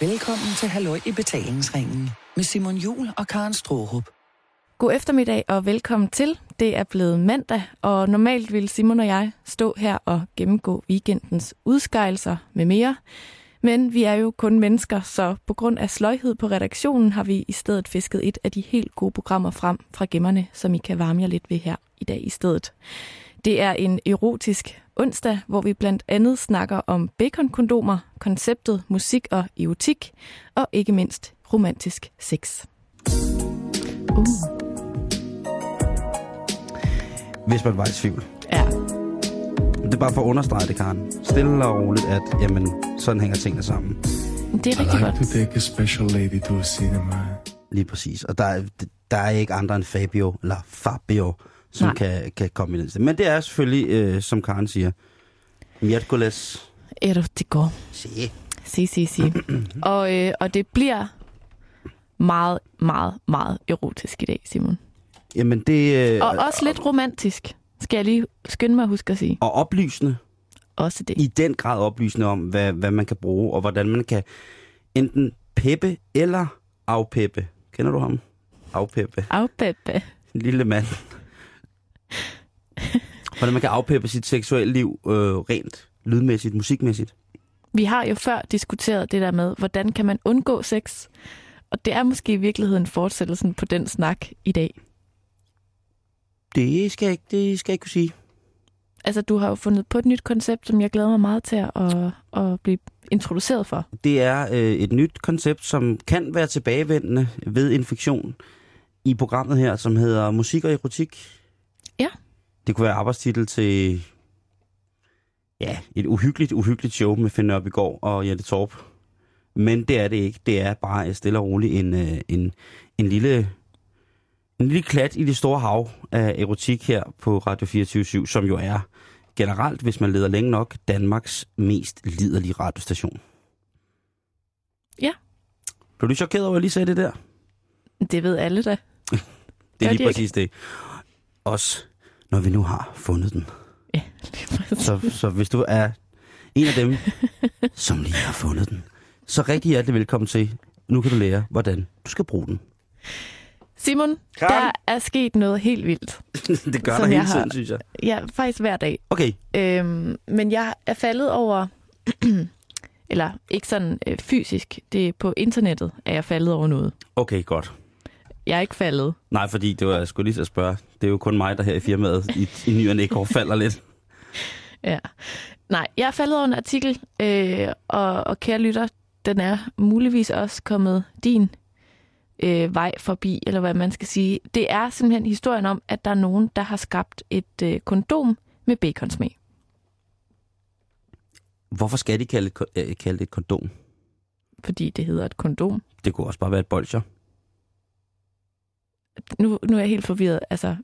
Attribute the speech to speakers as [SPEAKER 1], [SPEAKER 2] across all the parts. [SPEAKER 1] Velkommen til Halløj i betalingsringen med Simon Jul og Karen Strohrup.
[SPEAKER 2] God eftermiddag og velkommen til. Det er blevet mandag, og normalt vil Simon og jeg stå her og gennemgå weekendens udskejelser med mere. Men vi er jo kun mennesker, så på grund af sløjhed på redaktionen har vi i stedet fisket et af de helt gode programmer frem fra gemmerne, som I kan varme jer lidt ved her i dag i stedet. Det er en erotisk onsdag, hvor vi blandt andet snakker om baconkondomer, konceptet, musik og erotik, og ikke mindst romantisk sex. Uh,
[SPEAKER 3] hvis man var i tvivl.
[SPEAKER 2] ja.
[SPEAKER 3] Det er bare for at understrege det, Karen. Stille og roligt, at jamen, sådan hænger tingene sammen.
[SPEAKER 2] Det er
[SPEAKER 4] I
[SPEAKER 2] rigtig
[SPEAKER 4] like to
[SPEAKER 2] godt.
[SPEAKER 4] take a special lady to a cinema.
[SPEAKER 3] Lige præcis. Og der er, der er ikke andre end Fabio, eller Fabio, som
[SPEAKER 2] Nej.
[SPEAKER 3] kan, kan komme i den sted. Men det er selvfølgelig, øh, som Karen siger, Mjertgoles.
[SPEAKER 2] Erotico.
[SPEAKER 3] Se.
[SPEAKER 2] Si, si, si. og, øh, og det bliver meget, meget, meget erotisk i dag, Simon.
[SPEAKER 3] Jamen det... Øh,
[SPEAKER 2] Og også lidt romantisk, skal jeg lige skynde mig at huske at sige.
[SPEAKER 3] og oplysende.
[SPEAKER 2] Også det.
[SPEAKER 3] I den grad oplysende om, hvad, hvad man kan bruge, og hvordan man kan enten peppe eller afpeppe. Kender du ham? Afpeppe.
[SPEAKER 2] Afbæbbe.
[SPEAKER 3] En lille mand. Hvordan man kan afpeppe sit seksuelle liv øh, rent lydmæssigt, musikmæssigt.
[SPEAKER 2] Vi har jo før diskuteret det der med, hvordan kan man undgå sex? Og det er måske i virkeligheden fortsættelsen på den snak i dag.
[SPEAKER 3] Det skal jeg ikke, det skal jeg ikke kunne sige.
[SPEAKER 2] Altså, du har jo fundet på et nyt koncept, som jeg glæder mig meget til at, at blive introduceret for.
[SPEAKER 3] Det er øh, et nyt koncept, som kan være tilbagevendende ved infektion i programmet her, som hedder Musik og Erotik.
[SPEAKER 2] Ja.
[SPEAKER 3] Det kunne være arbejdstitel til ja, et uhyggeligt, uhyggeligt show med Finn Nørbegaard og Jette Torp. Men det er det ikke. Det er bare øh, stille og roligt en, øh, en, en lille en lille klat i det store hav af erotik her på Radio 24 som jo er generelt, hvis man leder længe nok, Danmarks mest liderlige radiostation. Blev du chokeret over, at jeg lige sagde det der?
[SPEAKER 2] Det ved alle da.
[SPEAKER 3] Det er
[SPEAKER 2] Ja,
[SPEAKER 3] lige
[SPEAKER 2] det er
[SPEAKER 3] præcis det. Også når vi nu har fundet den.
[SPEAKER 2] Ja, lige præcis.
[SPEAKER 3] Så, så hvis du er en af dem, som lige har fundet den, så rigtig hjertelig velkommen til. Nu kan du lære, hvordan du skal bruge den.
[SPEAKER 2] Simon,
[SPEAKER 3] Karen?
[SPEAKER 2] der er sket noget helt vildt.
[SPEAKER 3] det gør
[SPEAKER 2] Som
[SPEAKER 3] der
[SPEAKER 2] jeg
[SPEAKER 3] hele
[SPEAKER 2] har.
[SPEAKER 3] tiden, synes jeg.
[SPEAKER 2] Ja, faktisk hver dag.
[SPEAKER 3] Okay,
[SPEAKER 2] Øhm, men jeg er faldet over, eller ikke sådan øh, fysisk, det er på internettet, at jeg er faldet over noget.
[SPEAKER 3] okay, godt.
[SPEAKER 2] Jeg er ikke faldet.
[SPEAKER 3] Nej, fordi det var, jeg skulle lige til at spørge. Det er jo kun mig, der her i firmaet i, i nyerne ikke falder lidt.
[SPEAKER 2] Ja. Nej, jeg er faldet over en artikel, øh, og, og kære lytter, den er muligvis også kommet din øh, vej forbi, eller hvad man skal sige. Det er simpelthen historien om, at der er nogen, der har skabt et øh, kondom med baconsmag.
[SPEAKER 3] Hvorfor skal de kalde, det ko- øh, kalde det et kondom?
[SPEAKER 2] fordi det hedder et kondom.
[SPEAKER 3] Det kunne også bare være et bolcher.
[SPEAKER 2] Nu, nu er jeg helt forvirret. Altså,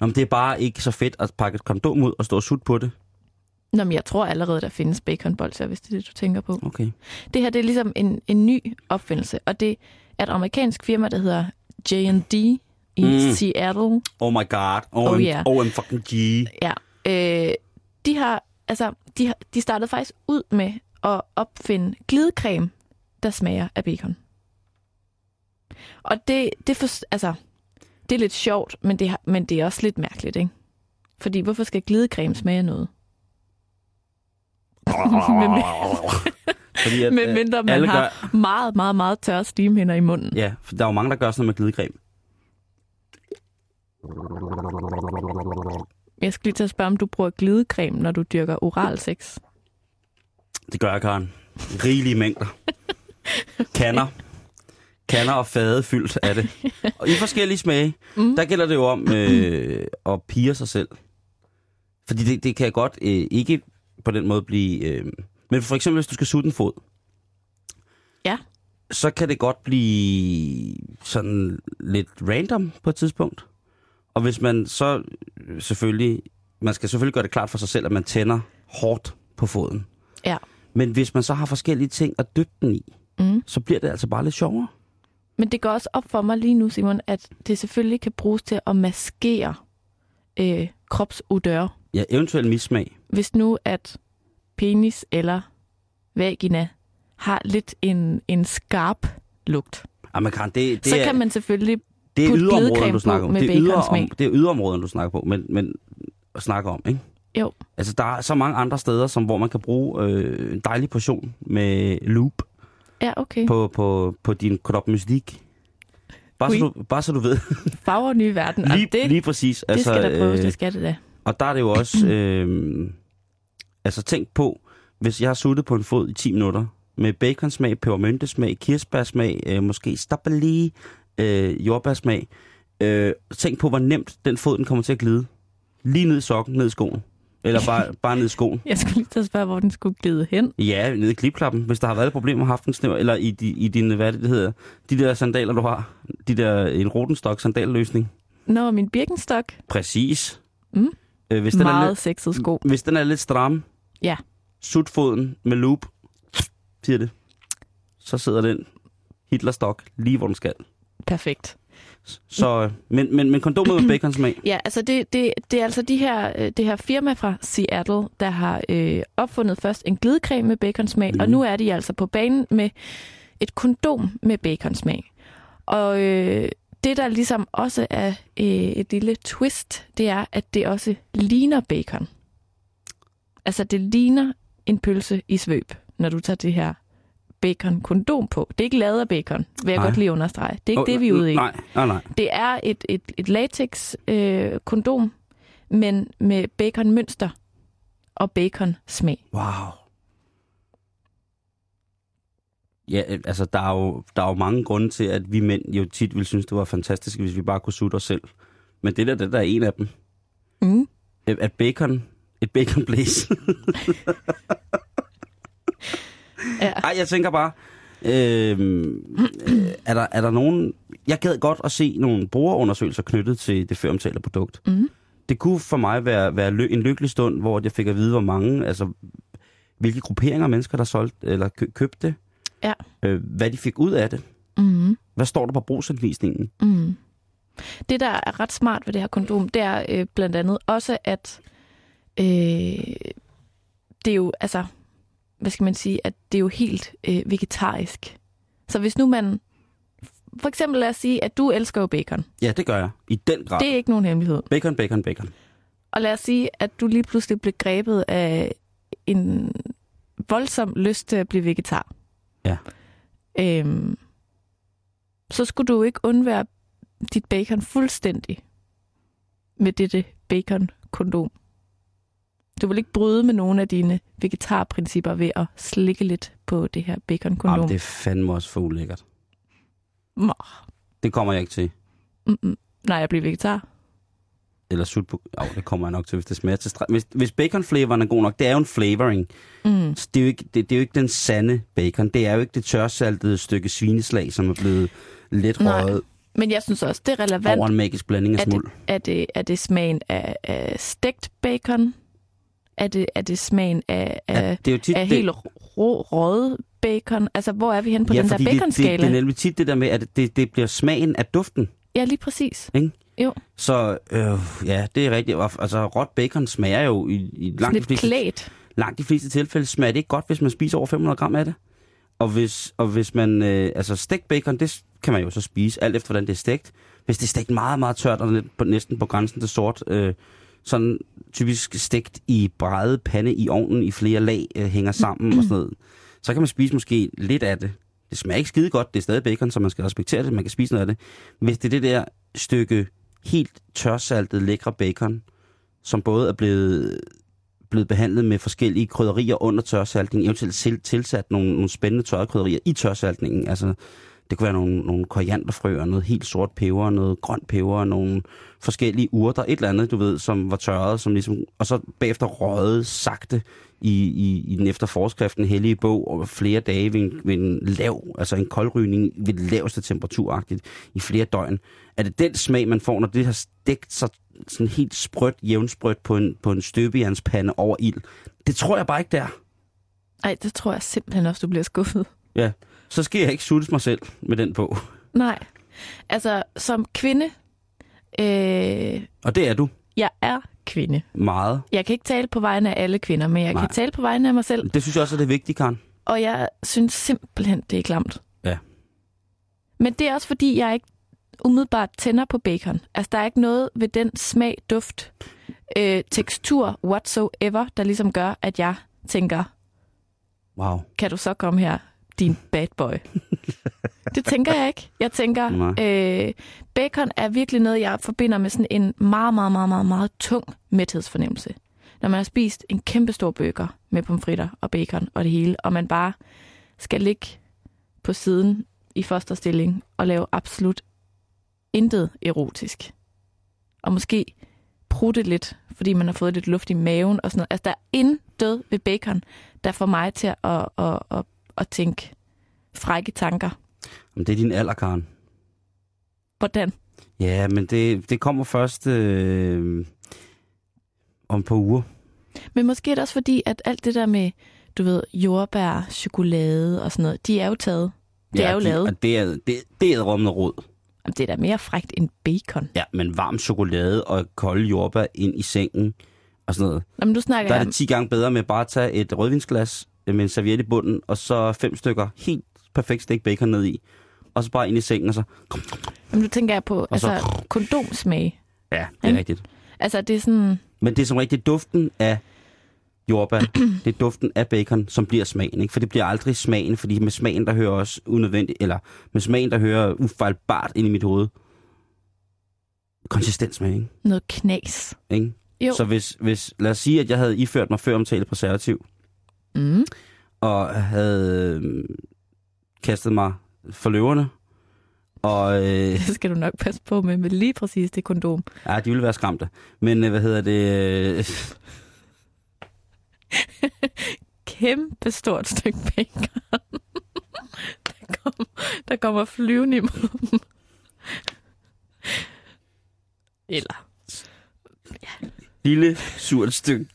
[SPEAKER 3] Nå, men det er bare ikke så fedt at pakke et kondom ud og stå og sutte på det.
[SPEAKER 2] nå, men jeg tror allerede, der findes baconbolser, hvis det er det, du tænker på.
[SPEAKER 3] Okay.
[SPEAKER 2] Det her det er ligesom en, en ny opfindelse, og det er et amerikansk firma, der hedder J&D i
[SPEAKER 3] Mm.
[SPEAKER 2] mm. Seattle.
[SPEAKER 3] Oh my god. Oh,
[SPEAKER 2] Oh,
[SPEAKER 3] oh,
[SPEAKER 2] yeah.
[SPEAKER 3] yeah. oh I'm fucking G.
[SPEAKER 2] Ja, øh, de har, altså, de, har, de startede faktisk ud med at opfinde glidecreme, der smager af bacon. Og det, det, for, altså, det er lidt sjovt, men det, har- men det er også lidt mærkeligt, ikke? Fordi hvorfor skal glidecreme smage af noget?
[SPEAKER 3] Fordi at,
[SPEAKER 2] Men
[SPEAKER 3] øh,
[SPEAKER 2] mindre man
[SPEAKER 3] alle
[SPEAKER 2] har
[SPEAKER 3] Gør,
[SPEAKER 2] meget, meget, meget tørre slimhinder i munden.
[SPEAKER 3] ja, for der er jo mange, der gør sådan noget med glidecreme.
[SPEAKER 2] Jeg skulle lige til at spørge, om du bruger glidecreme, når du dyrker oral sex.
[SPEAKER 3] Det gør jeg, Karen. Rigelige mængder. Kanner. Kanner og fade fyldt af det. Og i forskellige smage. Mm. Der gælder det jo om øh, at pige sig selv. Fordi det, det kan godt øh, ikke på den måde blive... Øh, men for eksempel, hvis du skal sutte en fod,
[SPEAKER 2] Ja.
[SPEAKER 3] så kan det godt blive sådan lidt random på et tidspunkt. Og hvis man så øh, selvfølgelig, man skal selvfølgelig gøre det klart for sig selv, at man tænder hårdt på foden.
[SPEAKER 2] Ja.
[SPEAKER 3] Men hvis man så har forskellige ting at dyppe den i,
[SPEAKER 2] Mm.
[SPEAKER 3] så bliver det altså bare lidt sjovere.
[SPEAKER 2] Men det går også op for mig lige nu, Simon, at det selvfølgelig kan bruges til at maskere øh, kropsodør.
[SPEAKER 3] Ja, eventuelt mismag.
[SPEAKER 2] Hvis nu at penis eller vagina har lidt en, en skarp lugt.
[SPEAKER 3] Ah, man kan, det, det
[SPEAKER 2] så
[SPEAKER 3] er,
[SPEAKER 2] kan man selvfølgelig
[SPEAKER 3] det er
[SPEAKER 2] putte
[SPEAKER 3] yderområderne,
[SPEAKER 2] glidecreme
[SPEAKER 3] du
[SPEAKER 2] på
[SPEAKER 3] snakker om.
[SPEAKER 2] med
[SPEAKER 3] Det er, yderom,
[SPEAKER 2] baconsmag.
[SPEAKER 3] det er yderområderne, du snakker på, men, men at snakke om, ikke?
[SPEAKER 2] Jo.
[SPEAKER 3] Altså, der er så mange andre steder, som, hvor man kan bruge øh, en dejlig portion med loop
[SPEAKER 2] Ja, okay.
[SPEAKER 3] på, på, på din krop mystik. Bare, så
[SPEAKER 2] Oui.
[SPEAKER 3] du, bare så du ved.
[SPEAKER 2] Farver nye verden. og
[SPEAKER 3] lige,
[SPEAKER 2] det,
[SPEAKER 3] lige præcis.
[SPEAKER 2] det skal der prøves,
[SPEAKER 3] øh,
[SPEAKER 2] det skal det da.
[SPEAKER 3] Og der er det jo også... Øh, altså tænk på, hvis jeg har suttet på en fod i 10 minutter, med baconsmag, pebermyntesmag, kirsebærsmag, øh, måske stabbeli, øh, jordbærsmag. Øh, tænk på, hvor nemt den fod den kommer til at glide. Lige ned i sokken, ned i skoen. Eller bare, bare ned i skoen.
[SPEAKER 2] Jeg skulle lige til at spørge, hvor den skulle glide hen.
[SPEAKER 3] Ja, nede i klipklappen, hvis der har været problemer, haft en snæver, eller i, di, i dine, hvad er det, det hedder, de der sandaler, du har. De der, en rotenstok sandalløsning.
[SPEAKER 2] Når min Birkenstock,
[SPEAKER 3] Præcis.
[SPEAKER 2] Mm.
[SPEAKER 3] Øh, hvis, den er
[SPEAKER 2] meget
[SPEAKER 3] lidt,
[SPEAKER 2] sexet sko.
[SPEAKER 3] hvis den er lidt stram,
[SPEAKER 2] Ja.
[SPEAKER 3] sut foden med loop, siger det. Så sidder den Hitlerstok lige, hvor den skal.
[SPEAKER 2] Perfekt.
[SPEAKER 3] Så,
[SPEAKER 2] Mm.
[SPEAKER 3] øh, men, men, men kondomet med baconsmag,
[SPEAKER 2] Ja, altså det, det, det er altså de her, øh, det her firma fra Seattle, der har øh, opfundet først en glidecreme med baconsmag, mm. og nu er de altså på banen med et kondom med baconsmag. Og øh, det, der ligesom også er øh, et lille twist, det er, at det også ligner bacon. Altså det ligner en pølse i svøb, når du tager det her bacon-kondom på. Det er ikke lavet af bacon, vil jeg
[SPEAKER 3] Nej.
[SPEAKER 2] nej. godt lige understrege. Det er ikke
[SPEAKER 3] Åh,
[SPEAKER 2] det, vi er ude i.
[SPEAKER 3] Nej, nej, nej.
[SPEAKER 2] Det er et, et, et latex øh, kondom, men med baconmønster og baconsmag.
[SPEAKER 3] Wow. Ja, øh, altså der er, jo, der er jo mange grunde til, at vi mænd jo tit ville synes, det var fantastisk, hvis vi bare kunne sutte os selv. Men det der, det der er en af dem.
[SPEAKER 2] Mm.
[SPEAKER 3] Øh, At bacon, et bacon blaze.
[SPEAKER 2] Ja.
[SPEAKER 3] Ej, jeg tænker bare, øh, er, der, er der nogen... Jeg gad godt at se nogle brugerundersøgelser knyttet til det føromtalte produkt.
[SPEAKER 2] Mm.
[SPEAKER 3] Det kunne for mig være, være ly- en lykkelig stund, hvor jeg fik at vide, hvor mange, altså hvilke grupperinger af mennesker, der solgte eller kø- købte det.
[SPEAKER 2] Ja.
[SPEAKER 3] Øh, hvad de fik ud af det.
[SPEAKER 2] Mm.
[SPEAKER 3] Hvad står der på brugsanvisningen?
[SPEAKER 2] Mm. Det, der er ret smart ved det her kondom, det er øh, blandt andet også, at øh, det er jo, altså, hvad skal man sige, at det er jo helt øh, vegetarisk. Så hvis nu man, for eksempel lad os sige, at du elsker jo bacon.
[SPEAKER 3] Ja, det gør jeg. I den grad.
[SPEAKER 2] Det
[SPEAKER 3] Det...
[SPEAKER 2] er ikke nogen hemmelighed.
[SPEAKER 3] Bacon, bacon, bacon.
[SPEAKER 2] Og lad os sige, at du lige pludselig blev grebet af en voldsom lyst til at blive vegetar.
[SPEAKER 3] Ja.
[SPEAKER 2] Øhm, så skulle du ikke undvære dit bacon fuldstændig med dette bacon-kondom. Du vil ikke bryde med nogle af dine vegetarprincipper ved at slikke lidt på det her bacon-kondom.
[SPEAKER 3] Jamen, det er fandme også for ulækkert.
[SPEAKER 2] Nå.
[SPEAKER 3] Det kommer jeg ikke til.
[SPEAKER 2] Mm-mm. Nej, jeg bliver vegetar.
[SPEAKER 3] Eller sut på... Oh, det kommer jeg nok til, hvis det smager til stræk. Hvis, hvis baconflavoren er god nok, det er jo en flavoring.
[SPEAKER 2] Mm.
[SPEAKER 3] Så det, er jo ikke, det, det er jo ikke den sande bacon. Det er jo ikke det tørsaltede stykke svineslag, som er blevet let
[SPEAKER 2] Nej.
[SPEAKER 3] røget
[SPEAKER 2] Men jeg synes også, det er relevant
[SPEAKER 3] over en magisk blanding af
[SPEAKER 2] Er det-
[SPEAKER 3] smuld.
[SPEAKER 2] Er det, er det smagen af, af stegt bacon? Er det, er det smagen af, af,
[SPEAKER 3] det er jo tit,
[SPEAKER 2] af helt rå, røde bacon? Altså, hvor er vi henne på den der
[SPEAKER 3] fordi det, det, det
[SPEAKER 2] baconskala?
[SPEAKER 3] er nemlig tit det der med, at det, det bliver smagen af duften.
[SPEAKER 2] Ja, lige præcis.
[SPEAKER 3] Så øh, ja, det er rigtigt. Og- Altså, råt bacon smager jo i, i langt, de
[SPEAKER 2] Lidt
[SPEAKER 3] fleste,
[SPEAKER 2] klædt.
[SPEAKER 3] langt de fleste tilfælde smager det ikke godt, hvis man spiser over 500 gram af det. Og hvis, og hvis man... Øh, altså, stegt bacon, det s- kan man jo så spise, alt efter hvordan det er stegt. Hvis det er stegt meget, meget tørt og lidt på, næsten på grænsen til sort, øh, sådan typisk stegt i brede pande i ovnen i flere lag, øh, hænger sammen og sådan noget, så kan man spise måske lidt af det. Det smager ikke skide godt, det er stadig bacon, så man skal respektere det, man kan spise noget af det. Hvis det er det der stykke helt tørsaltet, lækre bacon, som både er blevet, blevet behandlet med forskellige krydderier under tørsaltningen, eventuelt selv tilsat nogle, nogle spændende tørrede krydderier i tørsaltningen. Altså, det kunne være nogle, nogle korianderfrø og noget helt sort peber, noget grønt peber, og nogle forskellige urter, et eller andet, du ved, som var tørret, som ligesom, og så bagefter røget sagte i, i, i den efter forskriften hellige bog over flere dage ved en, ved en lav, altså en koldrygning ved den laveste temperaturagtigt i flere døgn. Er det den smag, man får, når det har stegt sig sådan helt sprødt, jævnsprødt på en, på en støbejernspande over ild? Det tror jeg bare ikke, der.
[SPEAKER 2] Ej, det tror jeg simpelthen også, du bliver skuffet.
[SPEAKER 3] Så skal jeg ikke suttes mig selv med den på.
[SPEAKER 2] Nej. Altså, som kvinde... Øh,
[SPEAKER 3] Og det er du
[SPEAKER 2] jeg er kvinde.
[SPEAKER 3] meget.
[SPEAKER 2] Jeg kan ikke tale på vegne af alle kvinder, men jeg
[SPEAKER 3] Nej.
[SPEAKER 2] kan tale på vegne af mig selv.
[SPEAKER 3] Det synes jeg også er det vigtige, Karen.
[SPEAKER 2] og jeg synes simpelthen, det er klamt.
[SPEAKER 3] Ja.
[SPEAKER 2] Men det er også, fordi jeg ikke umiddelbart tænder på bacon. Altså, der er ikke noget ved den smag, duft, øh, tekstur, whatsoever, der ligesom gør, at jeg tænker,
[SPEAKER 3] Wow.
[SPEAKER 2] kan du så komme her, din bad boy? det tænker jeg ikke. Jeg tænker, øh, bacon er virkelig noget, jeg forbinder med sådan en meget, meget, meget, meget, meget tung mæthedsfornemmelse. Når man har spist en kæmpe stor burger med pomfritter og bacon og det hele, og man bare skal ligge på siden i fosterstilling og lave absolut intet erotisk. Og måske prutte lidt, fordi man har fået lidt luft i maven og sådan noget. Altså, der er intet ved bacon, der får mig til at, at, at, at, at tænke frække tanker.
[SPEAKER 3] Jamen, det er din alder, Karen.
[SPEAKER 2] Hvordan?
[SPEAKER 3] Ja, men det, det kommer først øh, om et par uger.
[SPEAKER 2] Men måske er det også fordi, at alt det der med, du ved, jordbær, chokolade og sådan noget, de er jo taget. Det er jo
[SPEAKER 3] de-
[SPEAKER 2] lavet.
[SPEAKER 3] Og det er, det, det er rummende råd.
[SPEAKER 2] Jamen, det er da mere frækt end bacon.
[SPEAKER 3] Ja, men varm chokolade og kolde jordbær ind i sengen og sådan noget.
[SPEAKER 2] Nå, men du snakker
[SPEAKER 3] Der er
[SPEAKER 2] jeg om-
[SPEAKER 3] det 10 gange bedre med bare at tage et rødvinsglas øh, med en serviet i bunden, og så fem stykker helt perfekt stegt bacon ned i. Og så bare ind i sengen, og så...
[SPEAKER 2] Jamen, nu tænker jeg på
[SPEAKER 3] så-
[SPEAKER 2] altså, kondomsmag.
[SPEAKER 3] Ja, det er
[SPEAKER 2] Ja.
[SPEAKER 3] rigtigt.
[SPEAKER 2] Altså, det er sådan...
[SPEAKER 3] Men det er som rigtigt duften af jordbær, det er duften af bacon, som bliver smagen, ikke? For det bliver aldrig smagen, fordi med smagen, der hører også unødvendigt, eller med smagen, der hører ufejlbart ind i mit hoved. Konsistens med, ikke?
[SPEAKER 2] noget knas.
[SPEAKER 3] ikke?
[SPEAKER 2] Jo.
[SPEAKER 3] Så hvis, hvis, lad os sige, at jeg havde iført mig før omtale præservativ,
[SPEAKER 2] Mm.
[SPEAKER 3] og havde øh, kastet mig for løverne, og øh,
[SPEAKER 2] Det skal du nok passe på med, med lige præcis det kondom.
[SPEAKER 3] ja, de ville være skræmte. Men øh, hvad hedder det? Øh,
[SPEAKER 2] Kæmpe stort stykke bacon. der, kommer, der kommer flyvende imod dem. Eller,
[SPEAKER 3] lille surt stykke.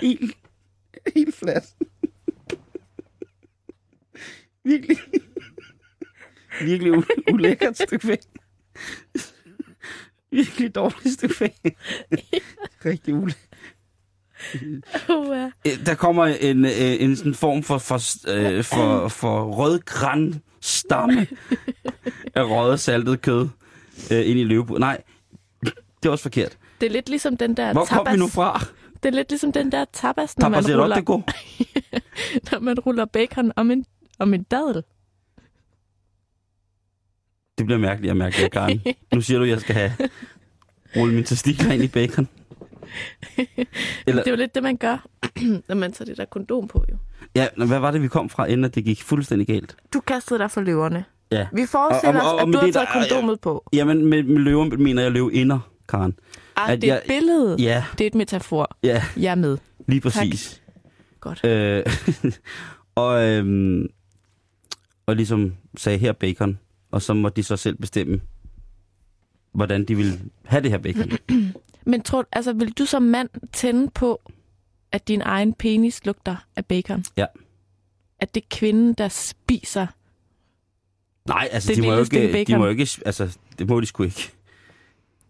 [SPEAKER 3] helt, helt flat. Virkelig. Virkelig u- ulækkert stykke fag. Virkelig dårligt stykke fag. Rigtig ulækkert.
[SPEAKER 2] oh, ja.
[SPEAKER 3] Øh, Der kommer en, øh, en sådan form for, for, øh, for, for rødgræn stamme af røget saltet kød øh, ind i løbebu. Nej, det er også forkert.
[SPEAKER 2] det er lidt ligesom den der
[SPEAKER 3] Hvor
[SPEAKER 2] tapas.
[SPEAKER 3] kom vi nu fra?
[SPEAKER 2] Det er lidt ligesom den der tapas, når,
[SPEAKER 3] Tapas
[SPEAKER 2] man
[SPEAKER 3] er
[SPEAKER 2] ruller,
[SPEAKER 3] det god.
[SPEAKER 2] når man ruller bacon om en, om en dadel.
[SPEAKER 3] Det bliver mærkeligt at mærke det, Karen. Nu siger du, at jeg skal have rulle mine testikler ind i bacon. Eller-
[SPEAKER 2] Eller... Det er jo lidt det, man gør, når man tager det der kondom på. Jo.
[SPEAKER 3] Ja, nå, hvad var det, vi kom fra, inden at det gik fuldstændig galt?
[SPEAKER 2] Du kastede dig for løverne.
[SPEAKER 3] Ja.
[SPEAKER 2] Vi forestiller
[SPEAKER 3] Og- og-
[SPEAKER 2] os,
[SPEAKER 3] og-
[SPEAKER 2] at
[SPEAKER 3] men
[SPEAKER 2] du har
[SPEAKER 3] det,
[SPEAKER 2] taget
[SPEAKER 3] der-
[SPEAKER 2] kondomet på.
[SPEAKER 3] Jamen, med, med løven mener jeg løve inder, Karen.
[SPEAKER 2] Ah,
[SPEAKER 3] At
[SPEAKER 2] det er
[SPEAKER 3] jeg-
[SPEAKER 2] et billede.
[SPEAKER 3] Ja,
[SPEAKER 2] Det er et metafor.
[SPEAKER 3] ja,
[SPEAKER 2] Jeg er med.
[SPEAKER 3] lige præcis. Tak.
[SPEAKER 2] Godt.
[SPEAKER 3] Øh, og, øhm, og ligesom sagde, her er bacon. Og så måtte de så selv bestemme, hvordan de ville have det her bacon.
[SPEAKER 2] Men tror, altså, vil du som mand tænde på, at din egen penis lugter af bacon?
[SPEAKER 3] Ja.
[SPEAKER 2] At det er kvinden, der spiser.
[SPEAKER 3] Nej, altså
[SPEAKER 2] Det
[SPEAKER 3] de må, jo
[SPEAKER 2] lille stykke
[SPEAKER 3] ikke, de
[SPEAKER 2] bacon.
[SPEAKER 3] må jo ikke, altså det må de sgu ikke.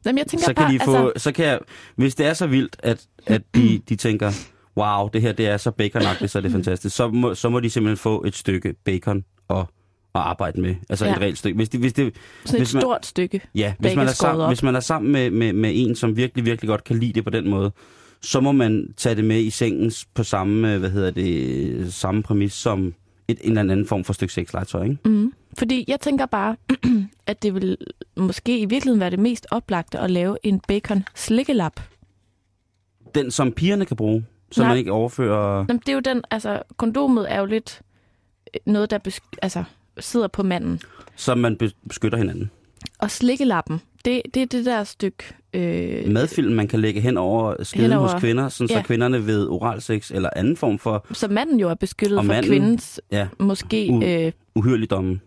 [SPEAKER 2] Jamen, jeg tænker
[SPEAKER 3] så kan
[SPEAKER 2] bare,
[SPEAKER 3] de få,
[SPEAKER 2] altså,
[SPEAKER 3] så kan jeg, hvis det er så vildt, at, at de, de tænker, wow, det her det er så baconagtigt, så er det fantastisk, så må, så må de simpelthen få et stykke bacon og at arbejde med. Altså ja.
[SPEAKER 2] Ja.
[SPEAKER 3] et reelt stykke. Hvis, de, hvis, det,
[SPEAKER 2] sådan et
[SPEAKER 3] hvis man-
[SPEAKER 2] stort stykke.
[SPEAKER 3] ja, hvis, man
[SPEAKER 2] Bacon
[SPEAKER 3] er
[SPEAKER 2] skåret
[SPEAKER 3] sammen,
[SPEAKER 2] op.
[SPEAKER 3] hvis man er sammen med, med, med en, som virkelig, virkelig godt kan lide det på den måde, så må man tage det med i sengen på samme, øh, hvad hedder det, øh, samme præmis som et, en eller anden form for stykke sexlegetøj, ikke?
[SPEAKER 2] Mm. Fordi jeg tænker bare, at det vil måske i virkeligheden være det mest oplagte at lave en bacon slikkelap.
[SPEAKER 3] Den, som pigerne kan bruge, så
[SPEAKER 2] Nej.
[SPEAKER 3] man ikke overfører...
[SPEAKER 2] Jamen, det er jo den, altså, kondomet er jo lidt øh, noget, der besk- altså, sidder på manden.
[SPEAKER 3] Så man beskytter hinanden.
[SPEAKER 2] Og slikkelappen, det, det er det der stykke... Øh,
[SPEAKER 3] madfilm, man kan lægge hen over øh, skeden
[SPEAKER 2] Hen over-
[SPEAKER 3] hos kvinder, sådan så
[SPEAKER 2] Ja.
[SPEAKER 3] kvinderne ved oralsex eller anden form for
[SPEAKER 2] Så manden jo er beskyttet
[SPEAKER 3] Og
[SPEAKER 2] fra
[SPEAKER 3] manden-
[SPEAKER 2] kvindens
[SPEAKER 3] ja,
[SPEAKER 2] måske...
[SPEAKER 3] U-
[SPEAKER 2] Øh,
[SPEAKER 3] uhyrligdomme.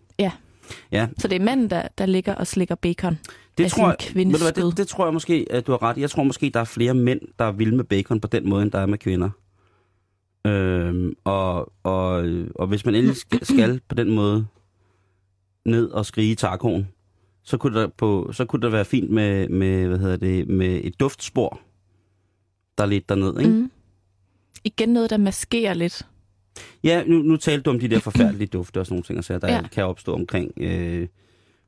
[SPEAKER 2] så det er manden, der, der ligger og slikker bacon.
[SPEAKER 3] Det
[SPEAKER 2] Af
[SPEAKER 3] tror,
[SPEAKER 2] sin
[SPEAKER 3] jeg, ved du hvad,
[SPEAKER 2] Altså, kvindeskød.
[SPEAKER 3] det, det tror jeg måske, at du har ret i. Jeg tror måske, der er flere mænd, der er vilde med bacon på den måde, end der er med kvinder. Øhm, og, og, og hvis man endelig skal, skal på den måde ned og skrige i tacoen, så kunne der, på, så kunne der være fint med, med, hvad hedder det, med et duftspor, der lidt derned. Ikke?
[SPEAKER 2] Mm. igen noget, der maskerer lidt.
[SPEAKER 3] Ja, nu, nu talte du om de der forfærdelige dufte og sådan nogle ting, og sager, der
[SPEAKER 2] Ja.
[SPEAKER 3] ja. kan opstå omkring øh,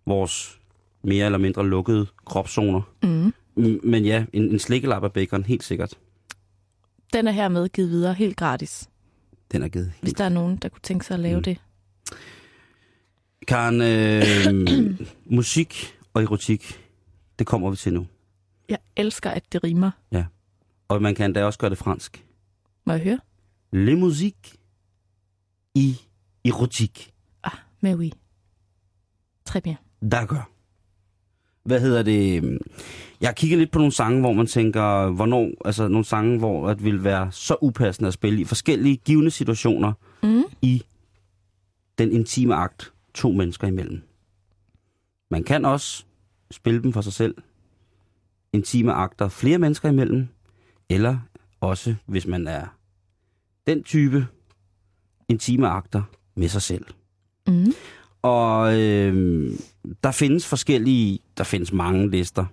[SPEAKER 3] vores mere eller mindre lukkede kropszoner.
[SPEAKER 2] Mm.
[SPEAKER 3] M- Men ja, en, en slikkelap af bacon, helt sikkert.
[SPEAKER 2] Den er hermed givet videre helt gratis,
[SPEAKER 3] Den er givet.
[SPEAKER 2] hvis der er nogen, der kunne tænke sig at lave
[SPEAKER 3] Mm.
[SPEAKER 2] mm. det.
[SPEAKER 3] Karen, øh, musik og erotik, det kommer vi til nu.
[SPEAKER 2] Jeg elsker, at det rimer.
[SPEAKER 3] Og man kan da også gøre det fransk.
[SPEAKER 2] Må jeg høre?
[SPEAKER 3] Le musique i erotik.
[SPEAKER 2] Ah, mais oui. Très bien.
[SPEAKER 3] Der gør. Hvad hedder det? Jeg kigger lidt på nogle sange, hvor man tænker, hvornår, altså nogle sange, hvor det ville være så upassende at spille i forskellige givende situationer
[SPEAKER 2] Mm.
[SPEAKER 3] i den intime akt to mennesker imellem. Man kan også spille dem for sig selv. Intime akter flere mennesker imellem, eller også, hvis man er den type, intime akter med sig selv.
[SPEAKER 2] Mm.
[SPEAKER 3] Og øh, der findes forskellige, der findes mange lister,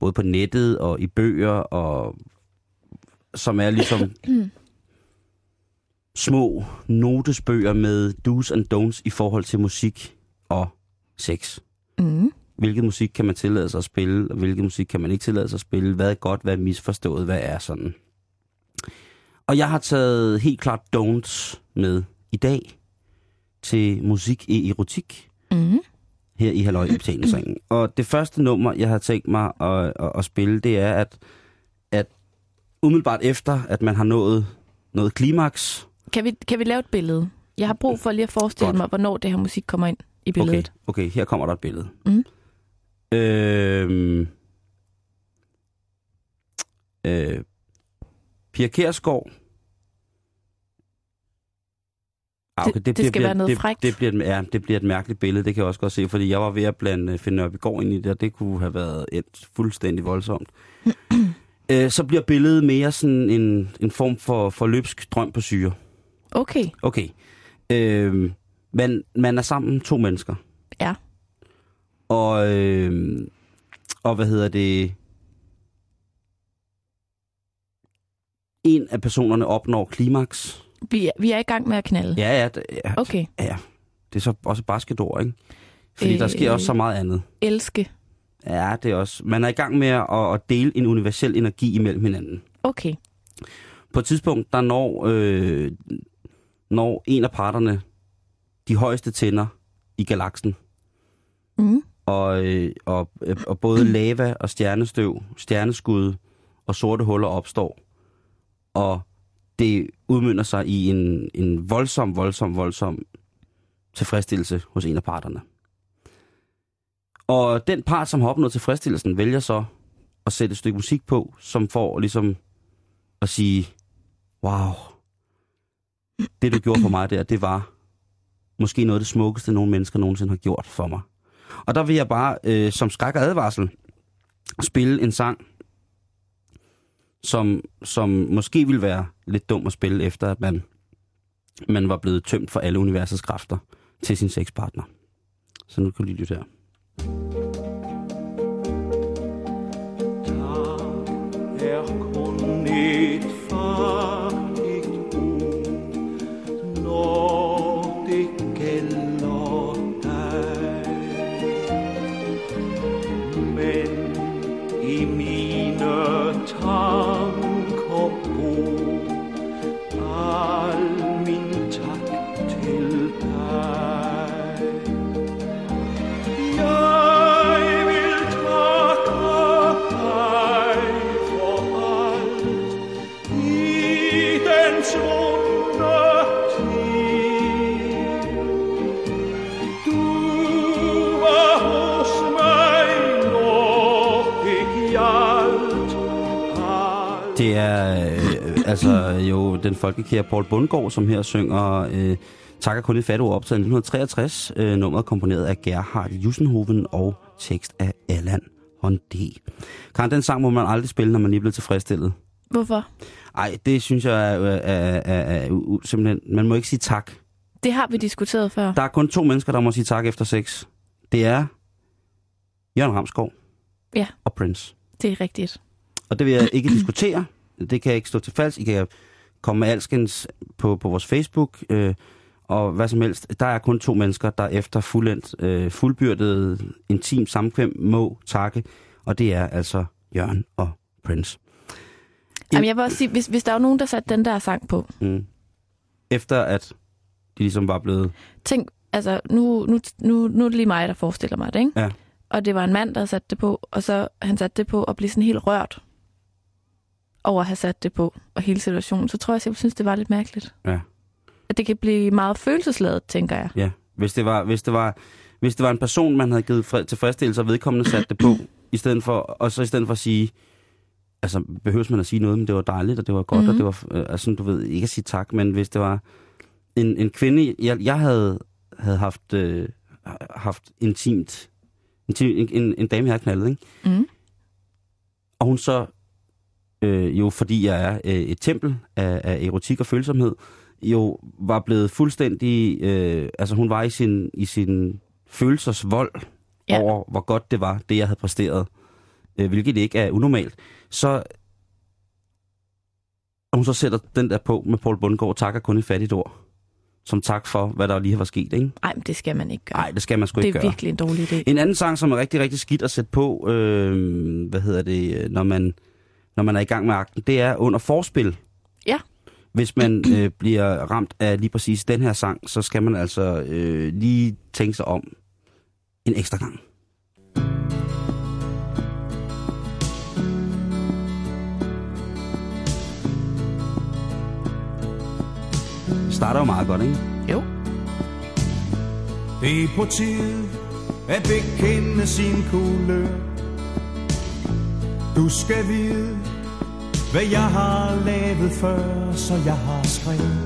[SPEAKER 3] både på nettet og i bøger, og som er ligesom små notesbøger med do's and don'ts i forhold til musik og sex.
[SPEAKER 2] Mm.
[SPEAKER 3] Hvilket musik kan man tillade sig at spille, og hvilket musik kan man ikke tillade sig at spille? Hvad er godt, hvad er misforstået, hvad er sådan? Og jeg har taget helt klart don'ts med i dag til musik i erotik
[SPEAKER 2] Mm.
[SPEAKER 3] her i Halløj i Betalingsringen. Og det første nummer, jeg har tænkt mig at, at, at spille, det er, at, at umiddelbart efter, at man har nået noget klimaks...
[SPEAKER 2] Kan, vi, kan vi lave et billede? Jeg har brug for lige at forestille
[SPEAKER 3] Godt.
[SPEAKER 2] Godt. mig, hvornår det her musik kommer ind i billedet.
[SPEAKER 3] Okay, okay, her kommer der et billede.
[SPEAKER 2] Mm.
[SPEAKER 3] Øhm, øh, Pia Kærsgaard. Ah,
[SPEAKER 2] Det- det skal være noget
[SPEAKER 3] det,
[SPEAKER 2] frækt.
[SPEAKER 3] Det bliver, et, ja, det bliver et mærkeligt billede, det kan jeg også godt se, fordi jeg var ved at blande øh, Finn Nørbegaard ind i det, og det kunne have været et fuldstændig voldsomt. øh, så bliver billedet mere sådan en, en form for, for løbsk drøm på syre.
[SPEAKER 2] Okay.
[SPEAKER 3] Okay. Øh, man, man er sammen to mennesker.
[SPEAKER 2] Ja.
[SPEAKER 3] Og, øh, og hvad hedder det? En af personerne opnår klimaks.
[SPEAKER 2] Vi er, vi er i gang med at knalde.
[SPEAKER 3] Ja, ja, det, ja,
[SPEAKER 2] Okay.
[SPEAKER 3] det er så også basket ord, ikke? Fordi øh, der sker
[SPEAKER 2] Øh.
[SPEAKER 3] også så meget andet.
[SPEAKER 2] Elske.
[SPEAKER 3] Ja, det er også. Man er i gang med at, at dele en universel energi imellem hinanden.
[SPEAKER 2] Okay.
[SPEAKER 3] På et tidspunkt, der når, øh, når en af parterne de højeste tænder i galaksen.
[SPEAKER 2] Mm.
[SPEAKER 3] og, øh, og, øh, og både lava og stjernestøv, stjerneskud og sorte huller opstår. Og det udmynder sig i en, en voldsom, voldsom, voldsom tilfredsstillelse hos en af parterne. Og den part, som har opnået tilfredsstillelsen, vælger så at sætte et stykke musik på, som får ligesom at sige, wow, det du gjorde for mig der, det var måske noget af det smukkeste, nogen mennesker nogensinde har gjort for mig. Og der vil jeg bare, øh, som skræk og advarsel, spille en sang, som, som måske ville være lidt dum at spille, efter at man, man var blevet tømt for alle universets kræfter til sin sexpartner. Så nu kan du lige lytte her.
[SPEAKER 5] er kun et farligt ord, når det gælder dig. Men i mine tanker bor al min tak til dig. Jeg vil takke dig for alt i den svundne tid. Du var hos mig, når det gjaldt alt.
[SPEAKER 3] Det er øh, altså jo den folkekære Paul Bundgaard, som her synger øh, Takker kun et fattigt ord optaget i 1963. Øh, nummeret komponeret af Gerhard Jusenhoven og tekst af Allan Hondé. Karen, den sang må man aldrig spille, når man lige er blevet tilfredsstillet.
[SPEAKER 2] Hvorfor?
[SPEAKER 3] Ej, det synes jeg er, er, er, er, er u- u- simpelthen... Man må ikke sige tak.
[SPEAKER 2] Det har vi diskuteret før.
[SPEAKER 3] Der er kun to mennesker, der må sige tak efter sex. Det er Jørgen Ramskov
[SPEAKER 2] Ja.
[SPEAKER 3] og Prince.
[SPEAKER 2] Det er rigtigt.
[SPEAKER 3] Og det vil jeg ikke diskutere. Det kan jeg ikke stå til falsk. I kan Kom med alskens på, på vores Facebook, øh, og hvad som helst. Der er kun to mennesker, der efter fuldendt, øh, fuldbyrdet, intim samkvem må takke, og det er altså Jørgen og Prince.
[SPEAKER 2] Jamen, jeg vil også sige, hvis, hvis der var nogen, der satte den der sang på,
[SPEAKER 3] Mm. Efter at de ligesom var blevet...
[SPEAKER 2] tænk, altså, nu, nu, nu, nu er det lige mig, der forestiller mig det, ikke?
[SPEAKER 3] Ja.
[SPEAKER 2] Og det var en mand, der havde sat det på, og så han satte det på og blev sådan helt rørt over at have sat det på, og hele situationen. Så tror jeg, at jeg synes, det var lidt mærkeligt.
[SPEAKER 3] Ja.
[SPEAKER 2] At det kan blive meget følelsesladet, tænker jeg.
[SPEAKER 3] Ja, hvis det var, hvis det var, hvis det var en person, man havde givet fred, tilfredsstillelse, og vedkommende satte det på, i stedet for, og så i stedet for at sige, altså behøves man at sige noget, men det var dejligt, og det var godt, mm-hmm. og det var, øh, altså du ved, ikke at sige tak, men hvis det var en, en kvinde, jeg, jeg havde, havde haft, øh, haft intimt, intim, en, en, en dame, jeg havde knaldet, ikke?
[SPEAKER 2] Mm.
[SPEAKER 3] og hun så, øh, jo fordi jeg er øh, et tempel af, af erotik og følsomhed, jo var blevet fuldstændig, øh, altså hun var i sin, i sin følelsers vold
[SPEAKER 2] Ja.
[SPEAKER 3] ja. over, hvor godt det var, det jeg havde præsteret, øh, hvilket ikke er unormalt, så og hun så sætter den der på med Paul Bundgaard, og takker kun et fattigt ord, som tak for, hvad der lige har været sket, ikke?
[SPEAKER 2] Ej, men det skal man ikke gøre.
[SPEAKER 3] Nej, det skal man sgu
[SPEAKER 2] det
[SPEAKER 3] ikke
[SPEAKER 2] er
[SPEAKER 3] gøre.
[SPEAKER 2] virkelig en dårlig idé.
[SPEAKER 3] En anden sang, som er rigtig, rigtig skidt at sætte på, øh, hvad hedder det, øh, når man, når man er i gang med akten, det er under forspil.
[SPEAKER 2] Ja.
[SPEAKER 3] Hvis man øh, bliver ramt af lige præcis den her sang, så skal man altså øh, lige tænke sig om en ekstra gang. Starter jo meget godt, ikke?
[SPEAKER 2] Jo.
[SPEAKER 5] Det er på tide at bekende sin kulør. Du skal vide, hvad jeg har lavet før, så jeg har skrevet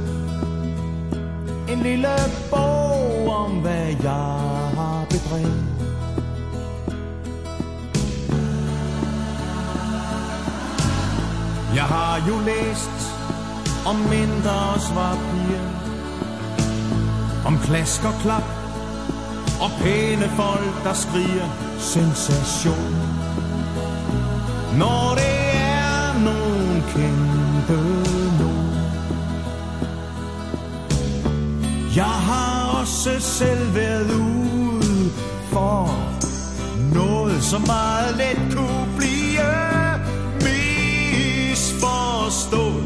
[SPEAKER 5] en lille bog om, hvad jeg har bedrevet. Jeg har jo læst om mindre svart piger, om klask og klap, og pæne folk, der skriger sensation. Når det er nogen kendte nu. Jeg har også selv været ude for noget, som meget let kunne blive misforstået.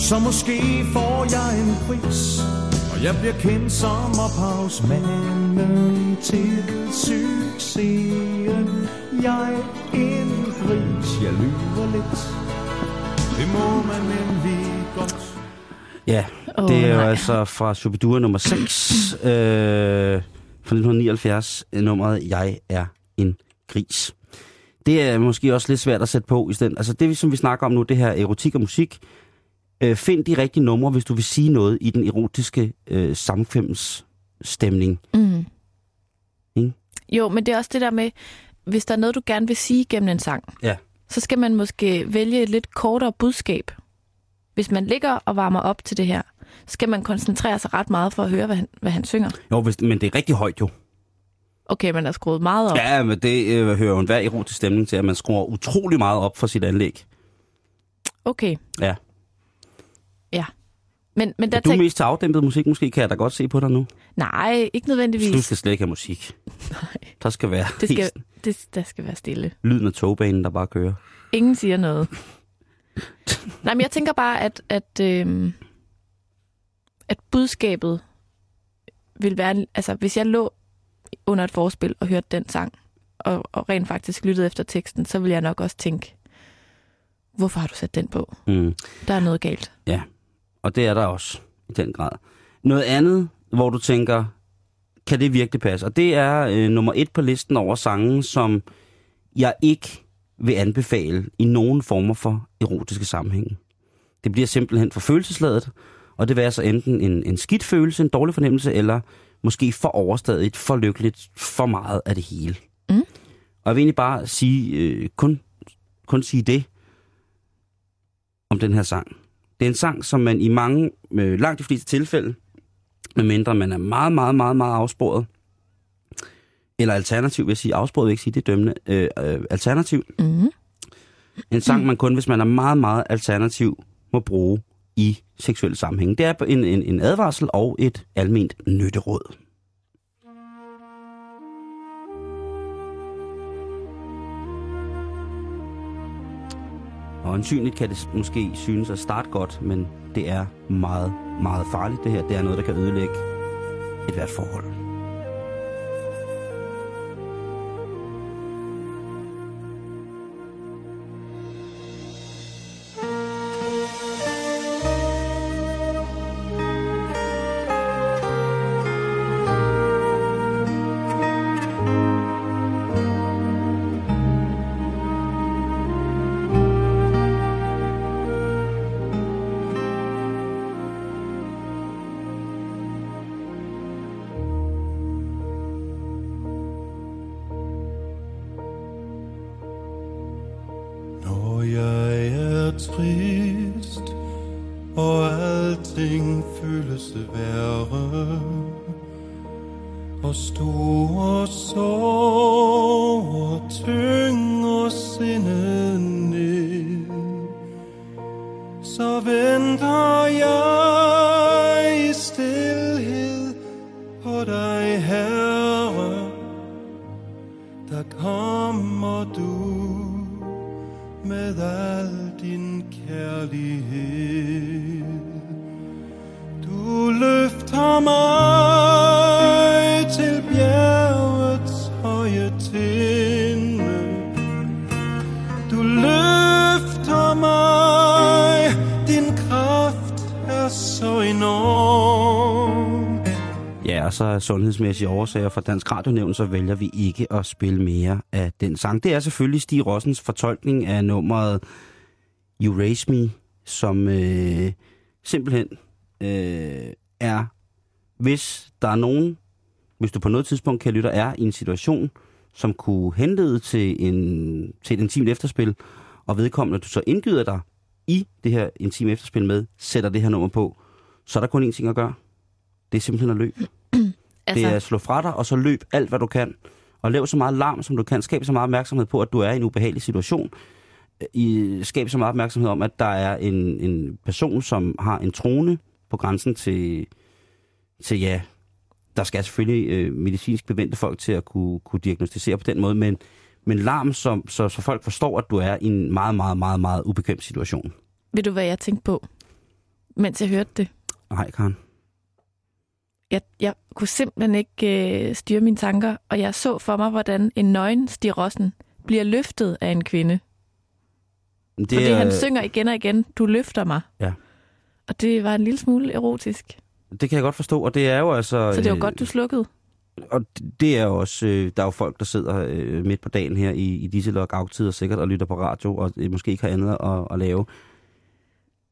[SPEAKER 5] Så måske får jeg en pris, og jeg bliver kendt som ophavsmanden til succesen. Jeg er en gris, jeg lyver lidt. Det må man nemlig godt.
[SPEAKER 3] Ja,
[SPEAKER 2] Åh,
[SPEAKER 3] oh, det er jo
[SPEAKER 2] nej.
[SPEAKER 3] altså fra Shubidua nummer 6 øh, fra 1979, nummeret Jeg er en gris. Det er måske også lidt svært at sætte på i stedet. Altså det, som vi snakker om nu, det her erotik og musik. Øh, find de rigtige numre, hvis du vil sige noget i den erotiske øh, samkvemsstemning.
[SPEAKER 2] Mm.
[SPEAKER 3] Ikke?
[SPEAKER 2] Jo, men det er også det der med, hvis der er noget, du gerne vil sige gennem en sang,
[SPEAKER 3] Ja.
[SPEAKER 2] så skal man måske vælge et lidt kortere budskab. Hvis man ligger og varmer op til det her, så skal man koncentrere sig ret meget for at høre, hvad han, hvad han synger.
[SPEAKER 3] Jo, hvis, men det er rigtig højt jo.
[SPEAKER 2] Okay, man har skruet meget op.
[SPEAKER 3] Ja, men det øh, hører jo enhver erotisk stemning til, at man skruer utrolig meget op for sit anlæg.
[SPEAKER 2] Okay,
[SPEAKER 3] Ja.
[SPEAKER 2] men, men der
[SPEAKER 3] Er du
[SPEAKER 2] tænker...
[SPEAKER 3] mest til afdæmpet musik, måske kan jeg da godt se på dig nu.
[SPEAKER 2] Nej, ikke
[SPEAKER 3] Så du
[SPEAKER 2] nødvendigvis.
[SPEAKER 3] skal slet ikke have musik.
[SPEAKER 2] Nej,
[SPEAKER 3] Der skal være
[SPEAKER 2] det skal,
[SPEAKER 3] skal...
[SPEAKER 2] det, der skal være stille.
[SPEAKER 3] lyden af togbanen, der bare kører.
[SPEAKER 2] Ingen siger noget. Nej, men jeg tænker bare, at, at, øhm, at budskabet vil være... Altså, hvis jeg lå under et forspil og hørte den sang, og, og rent faktisk lyttede efter teksten, så ville jeg nok også tænke, hvorfor har du sat den på?
[SPEAKER 3] Mm.
[SPEAKER 2] Der er noget galt.
[SPEAKER 3] Og det er der også i den grad. Noget andet, hvor du tænker, kan det virkelig passe? Og det er øh, nummer et på listen over sange, som jeg ikke vil anbefale i nogen former for erotiske sammenhænge. Det bliver simpelthen for følelsesladet, og det vil altså enten en, en skidt følelse, en dårlig fornemmelse, eller måske for overstadigt, for lykkeligt, for meget af det hele.
[SPEAKER 2] Mm.
[SPEAKER 3] Og jeg vil egentlig bare sige, øh, kun, kun sige det om den her sang. Det er en sang, som man i mange, øh, langt de fleste tilfælde, medmindre man er meget, meget, meget, meget afsporet, eller alternativ, vil jeg sige, afsporet vil jeg ikke sige, det er dømmende, øh, øh, alternativ,
[SPEAKER 2] Mm.
[SPEAKER 3] en sang, man kun, hvis man er meget, meget alternativ, må bruge i seksuelle sammenhæng. Det er en, en, en advarsel og et alment nytteråd. Og ansynligt kan det måske synes at starte godt, men det er meget, meget farligt det her. Det er noget, der kan ødelægge et hvert forhold.
[SPEAKER 5] Når jeg er trist, og alting føles værre, og store sorg og tynger sindet ned, så venter jeg i stillhed på dig, Herre, der kommer du med al din kærlighed. Du løfter mig til bjergets høje tinde. Du løfter mig, din kraft er så enorm.
[SPEAKER 3] Ja, og så af sundhedsmæssige årsager fra Dansk Radionævn, så vælger vi ikke at spille mere af den sang. Det er selvfølgelig Stig Rossens fortolkning af nummeret You Raise Me, som øh, simpelthen øh, er, hvis der er nogen, hvis du på noget tidspunkt kan lytte, og er i en situation, som kunne henlede til, en, til et intimt efterspil, og vedkommende, du så indgyder dig i det her intime efterspil med, sætter det her nummer på, så er der kun én ting at gøre. Det er simpelthen at løbe. Altså... Det er at slå fra dig, og så løb alt, hvad du kan. Og lav så meget larm, som du kan. Skab så meget opmærksomhed på, at du er i en ubehagelig situation. I, skab så meget opmærksomhed om, at der er en, en person, som har en trone på grænsen til, til ja, der skal selvfølgelig øh, medicinsk bevente folk til at kunne, kunne diagnostisere på den måde, men, men larm, som, så, så folk forstår, at du er i en meget, meget, meget, meget ubekvem situation.
[SPEAKER 2] Ved du, hvad jeg tænkte på, mens jeg hørte det?
[SPEAKER 3] Nej, Karen.
[SPEAKER 2] Jeg, jeg kunne simpelthen ikke øh, styre mine tanker, og jeg så for mig, hvordan en nøgen Stig Rossen bliver løftet af en kvinde.
[SPEAKER 3] Det
[SPEAKER 2] Fordi
[SPEAKER 3] er,
[SPEAKER 2] han synger igen og igen, du løfter mig.
[SPEAKER 3] Ja.
[SPEAKER 2] Og det var en lille smule erotisk.
[SPEAKER 3] det kan jeg godt forstå, og det er jo altså...
[SPEAKER 2] Så det var
[SPEAKER 3] øh,
[SPEAKER 2] godt, du slukkede.
[SPEAKER 3] og det er jo også, øh, der er jo folk, der sidder øh, midt på dagen her i, i disse lockout-tider sikkert og lytter på radio, og øh, måske ikke har andet at, at lave.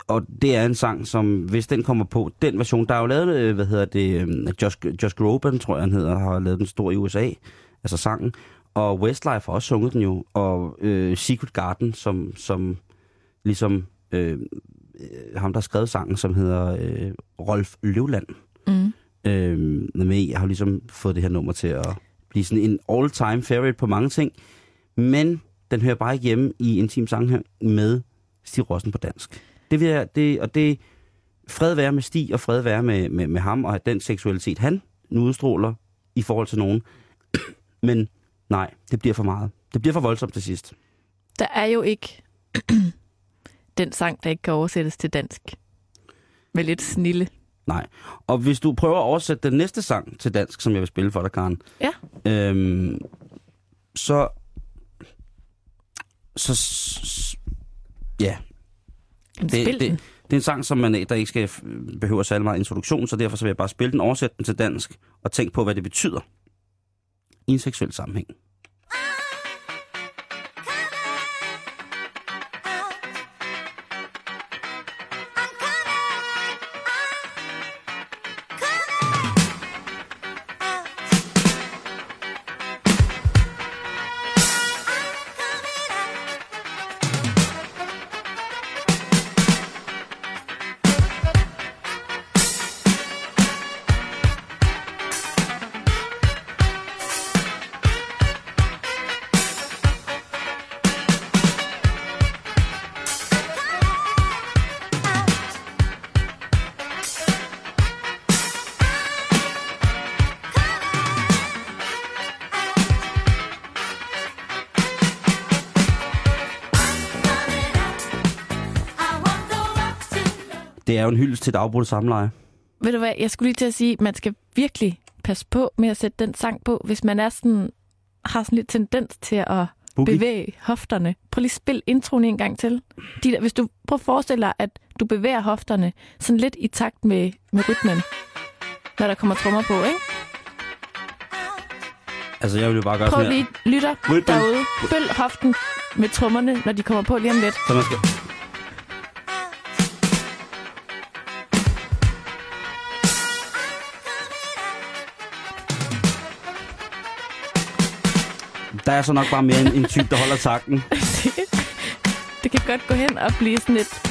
[SPEAKER 3] Og det er en sang, som hvis den kommer på, den version, der er jo lavet, øh, hvad hedder det, øh, Josh, Josh Groban, tror jeg han hedder, har lavet den stor i USA, altså sangen. Og Westlife har også sunget den jo, og øh, Secret Garden, som, som ligesom øh, øh, ham, der har skrevet sangen, som hedder øh, Rolf Løvland
[SPEAKER 2] Mm.
[SPEAKER 3] øh, med. Jeg har ligesom fået det her nummer til at blive sådan en all-time favorite på mange ting. Men den hører bare ikke hjemme i Intim Sanghør med Stig Rossen på dansk. Det vil jeg, det, og det fred være med Stig, og fred være med, med, med ham, og den seksualitet, han nu udstråler i forhold til nogen. Men nej, det bliver for meget. Det bliver for voldsomt til sidst.
[SPEAKER 2] Der er jo ikke den sang, der ikke kan oversættes til dansk. Med lidt snille.
[SPEAKER 3] Nej. Og hvis du prøver at oversætte den næste sang til dansk, som jeg vil spille for dig, Karen.
[SPEAKER 2] Ja.
[SPEAKER 3] Øhm, så... Så... s- s- Ja.
[SPEAKER 2] Jamen,
[SPEAKER 3] Det,
[SPEAKER 2] spil
[SPEAKER 3] det,
[SPEAKER 2] den.
[SPEAKER 3] det er en sang, som man, der ikke skal f- behøver særlig meget introduktion, så derfor så vil jeg bare spille den, oversætte den til dansk, og tænk på, hvad det betyder i en seksuel sammenhæng.
[SPEAKER 6] Coming
[SPEAKER 3] Det er jo en hyldest til et afbrudt samleje.
[SPEAKER 2] Ved du hvad, jeg skulle lige til at sige, at man skal virkelig passe på med at sætte den sang på, hvis man er sådan, har sådan lidt tendens til at
[SPEAKER 3] Boogie.
[SPEAKER 2] bevæge hofterne. Prøv lige at spil introen en gang til. De der, hvis du prøver at forestille dig, at du bevæger hofterne sådan lidt i takt med, med rytmen, når der kommer trommer på, ikke?
[SPEAKER 3] Altså, jeg vil jo bare gøre
[SPEAKER 2] Prøv
[SPEAKER 3] sådan her.
[SPEAKER 2] lige, lytter
[SPEAKER 3] Rytmen.
[SPEAKER 2] derude. Følg hoften med trommerne, når de kommer på lige om lidt.
[SPEAKER 3] Så man skal... Der er så nok bare mere en, en type, der holder takten.
[SPEAKER 2] Det kan godt gå hen og blive sådan et,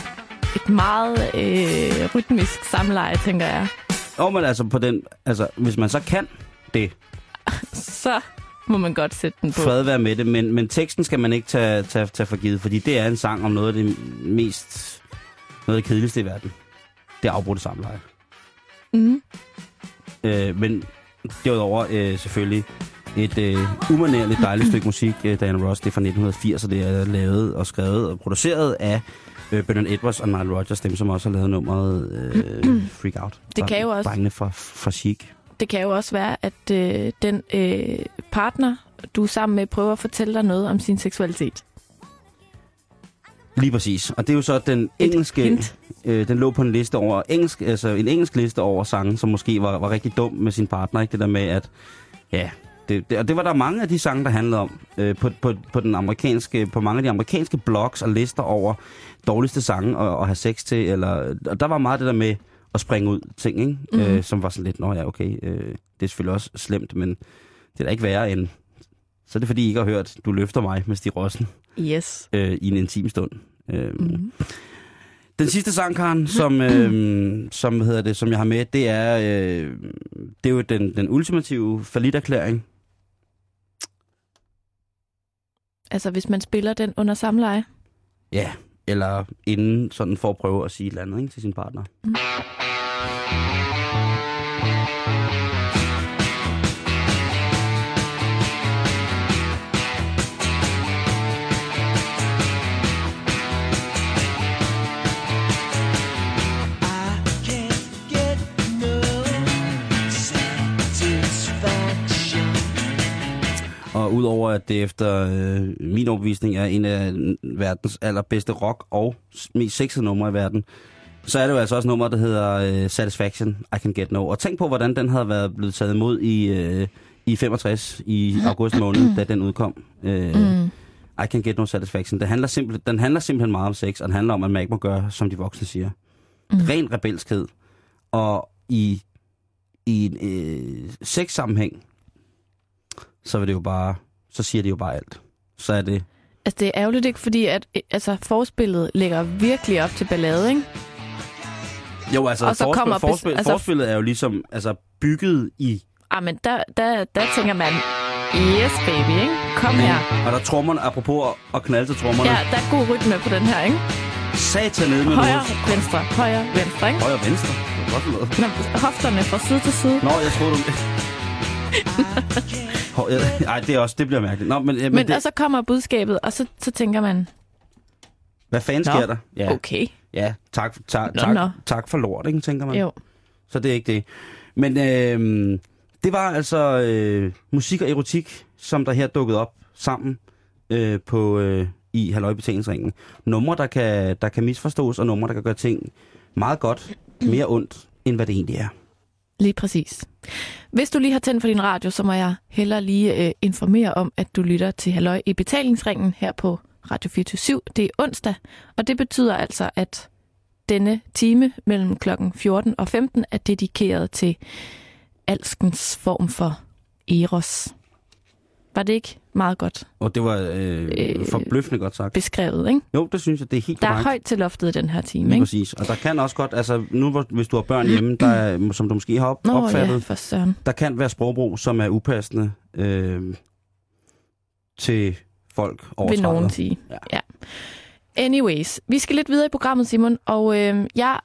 [SPEAKER 2] et meget øh, rytmisk samleje, tænker jeg.
[SPEAKER 3] Og men altså, på den, altså, hvis man så kan det,
[SPEAKER 2] Så må man godt sætte den på.
[SPEAKER 3] fred være med det, men, men teksten skal man ikke tage, tage, tage for givet, fordi det er en sang om noget af det mest, noget af det kedeligste i verden. Det er afbrudt samleje.
[SPEAKER 2] Mm.
[SPEAKER 3] Øh, men derudover øh, selvfølgelig et øh, umanerligt dejligt stykke musik, øh, Diana Ross. Det er fra 1980, og det er lavet og skrevet og produceret af øh, Bernard Edwards og Nile Rodgers, dem som også har lavet nummeret øh, Freak Out.
[SPEAKER 2] Det kan jo også-
[SPEAKER 3] Drengene fra, fra Chic.
[SPEAKER 2] Det kan jo også være, at øh, den øh, partner, du er sammen med, prøver at fortælle dig noget om sin seksualitet.
[SPEAKER 3] Lige præcis. Og det er jo så den
[SPEAKER 2] Et
[SPEAKER 3] engelske...
[SPEAKER 2] hint.
[SPEAKER 3] Øh, den lå på en liste over engelsk, altså en engelsk liste over sange, som måske var, var rigtig dum med sin partner. Ikke? Det der med, at... Ja, det, det, og det var der mange af de sange, der handlede om. Øh, på, på, på, den amerikanske, på mange af de amerikanske blogs og lister over dårligste sange at, at have sex til. Eller, og der var meget det der med at springe ud ting, ikke? Mm.
[SPEAKER 2] Mhm.
[SPEAKER 3] Øh, som var sådan lidt, nå ja, okay, øh, det er selvfølgelig også slemt, men det er da ikke værre end... Så er det fordi, I ikke har hørt, du løfter mig med Stig Rossen
[SPEAKER 2] Yes.
[SPEAKER 3] øh, i en intim stund. Øh,
[SPEAKER 2] Mhm.
[SPEAKER 3] mm. Den sidste sang, Karen, som, øh, som, hvad hedder det, som jeg har med, det er, øh, det er jo den, den ultimative falliterklæring.
[SPEAKER 2] Altså, hvis man spiller den under samleje.
[SPEAKER 3] Ja, eller inden sådan for at prøve at sige et eller andet ikke, til sin partner. Og udover at det efter øh, min overbevisning er en af verdens allerbedste rock og s- mest sexede numre i verden, så er det jo altså også nummer, der hedder øh, Satisfaction, I Can Get No. Og tænk på, hvordan den havde været blevet taget imod i, øh, i 65 i august måned, da den udkom. Øh, mm. I Can Get No Satisfaction. Det handler simpel, den handler simpelthen meget om sex, og den handler om, at man ikke må gøre, som de voksne siger. Mm. Ren rebelskhed. Og i, i en øh, sex-sammenhæng, så vil det jo bare, så siger det jo bare alt. Så er det,
[SPEAKER 2] Altså, det er ærgerligt ikke, fordi at, øh, altså, forspillet lægger virkelig op til ballade, ikke?
[SPEAKER 3] jo altså,
[SPEAKER 2] Og så
[SPEAKER 3] forspil,
[SPEAKER 2] kommer bes-
[SPEAKER 3] forspil,
[SPEAKER 2] altså-
[SPEAKER 3] altså, forspillet er jo ligesom altså, bygget i,
[SPEAKER 2] Ah, men der, der, der tænker man, yes baby, ikke? Kom her.
[SPEAKER 3] og der er trommerne, apropos at- at knalde til trommerne,
[SPEAKER 2] Ja,
[SPEAKER 3] ja.
[SPEAKER 2] der er god rytme på den her, ikke?
[SPEAKER 3] satan ned med
[SPEAKER 2] Højre,
[SPEAKER 3] noget.
[SPEAKER 2] venstre, højre, venstre, ikke?
[SPEAKER 3] Højre og venstre. Det var godt noget.
[SPEAKER 2] Nå, hofterne fra side til side.
[SPEAKER 3] Nå, jeg troede, du... Hov, jeg- Ej, det, er også, det bliver mærkeligt. Nå, men, men,
[SPEAKER 2] Men,
[SPEAKER 3] men
[SPEAKER 2] det...
[SPEAKER 3] det,
[SPEAKER 2] og så kommer budskabet, og så, så tænker man,
[SPEAKER 3] hvad fanden sker
[SPEAKER 2] Nå,
[SPEAKER 3] der? Ja,
[SPEAKER 2] ja. okay,
[SPEAKER 3] ja tak, tak,
[SPEAKER 2] Nå,
[SPEAKER 3] tak,
[SPEAKER 2] nå.
[SPEAKER 3] tak for lort, ikke, tænker man.
[SPEAKER 2] jo.
[SPEAKER 3] Så det er ikke det. Men øh, det var altså øh, musik og erotik, som der her dukkede op sammen øh, på øh, i Halløjbetalingsringen. Numre, der kan, der kan misforstås, og numre, der kan gøre ting meget godt, mere ondt, end hvad det egentlig er.
[SPEAKER 2] Lige præcis. Hvis du lige har tændt for din radio, så må jeg hellere lige øh, informere om, at du lytter til Halløj i betalingsringen her på Radio 24 Det er onsdag, og det betyder altså, at denne time mellem klokken 14 og 15 er dedikeret til alskens form for eros. Var det ikke meget godt
[SPEAKER 3] Og det var øh,
[SPEAKER 2] Øh,
[SPEAKER 3] øh, forbløffende godt sagt.
[SPEAKER 2] beskrevet, ikke?
[SPEAKER 3] Jo, det synes jeg, det er helt
[SPEAKER 2] Der er
[SPEAKER 3] korrekt.
[SPEAKER 2] højt til loftet i den her time,
[SPEAKER 3] Lige
[SPEAKER 2] ikke?
[SPEAKER 3] præcis. Og der kan også godt, altså nu hvor- hvis du har børn hjemme, der, er- som du måske har op,
[SPEAKER 2] Nå ja,
[SPEAKER 3] opfattet,
[SPEAKER 2] for søren.
[SPEAKER 3] der kan være sprogbrug, som er upassende øh, til folk over
[SPEAKER 2] vil
[SPEAKER 3] 30.
[SPEAKER 2] nogen sige. Ja.
[SPEAKER 3] Ja.
[SPEAKER 2] ja. Anyways, vi skal lidt videre i programmet, Simon, og øh, jeg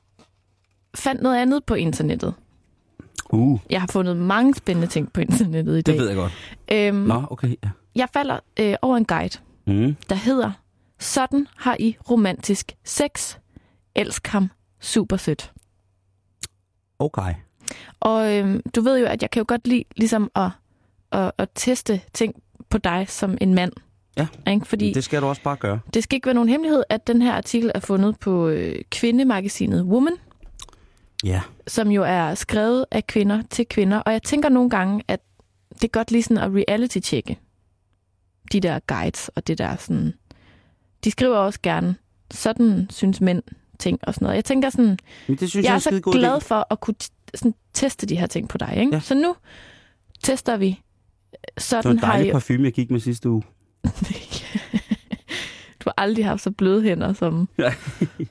[SPEAKER 2] fandt noget andet på internettet.
[SPEAKER 3] Uh,
[SPEAKER 2] Jeg har fundet mange spændende ting på internettet i
[SPEAKER 3] det
[SPEAKER 2] dag.
[SPEAKER 3] ved jeg godt.
[SPEAKER 2] Øhm,
[SPEAKER 3] Nå, okay. Ja.
[SPEAKER 2] jeg falder øh, over en guide,
[SPEAKER 3] Mm.
[SPEAKER 2] der hedder Sådan har I romantisk sex. Elsk ham super sødt.
[SPEAKER 3] Okay.
[SPEAKER 2] Og øhm, du ved jo, at jeg kan jo godt lide ligesom at, at, at teste ting på dig som en mand.
[SPEAKER 3] Ja.
[SPEAKER 2] Ikke? Fordi
[SPEAKER 3] Det skal du også bare gøre.
[SPEAKER 2] Det skal ikke være nogen hemmelighed, at den her artikel er fundet på øh, kvindemagasinet Woman,
[SPEAKER 3] Ja.
[SPEAKER 2] som jo er skrevet af kvinder til kvinder. Og jeg tænker nogle gange, at det er godt lige sådan at reality-tjekke de der guides og det der sådan... De skriver også gerne, sådan synes mænd ting og sådan noget. Jeg tænker sådan,
[SPEAKER 3] Men det synes jeg,
[SPEAKER 2] jeg er
[SPEAKER 3] en
[SPEAKER 2] så
[SPEAKER 3] skidegod
[SPEAKER 2] glad
[SPEAKER 3] idé.
[SPEAKER 2] for at kunne t- sådan, teste de her ting på dig. Ikke?
[SPEAKER 3] Ja.
[SPEAKER 2] Så nu tester vi.
[SPEAKER 3] Det var
[SPEAKER 2] Sådan
[SPEAKER 3] en
[SPEAKER 2] har
[SPEAKER 3] dejlig
[SPEAKER 2] jeg...
[SPEAKER 3] parfume, jeg gik med sidste uge.
[SPEAKER 2] du har aldrig haft så bløde hænder som,
[SPEAKER 3] Ja.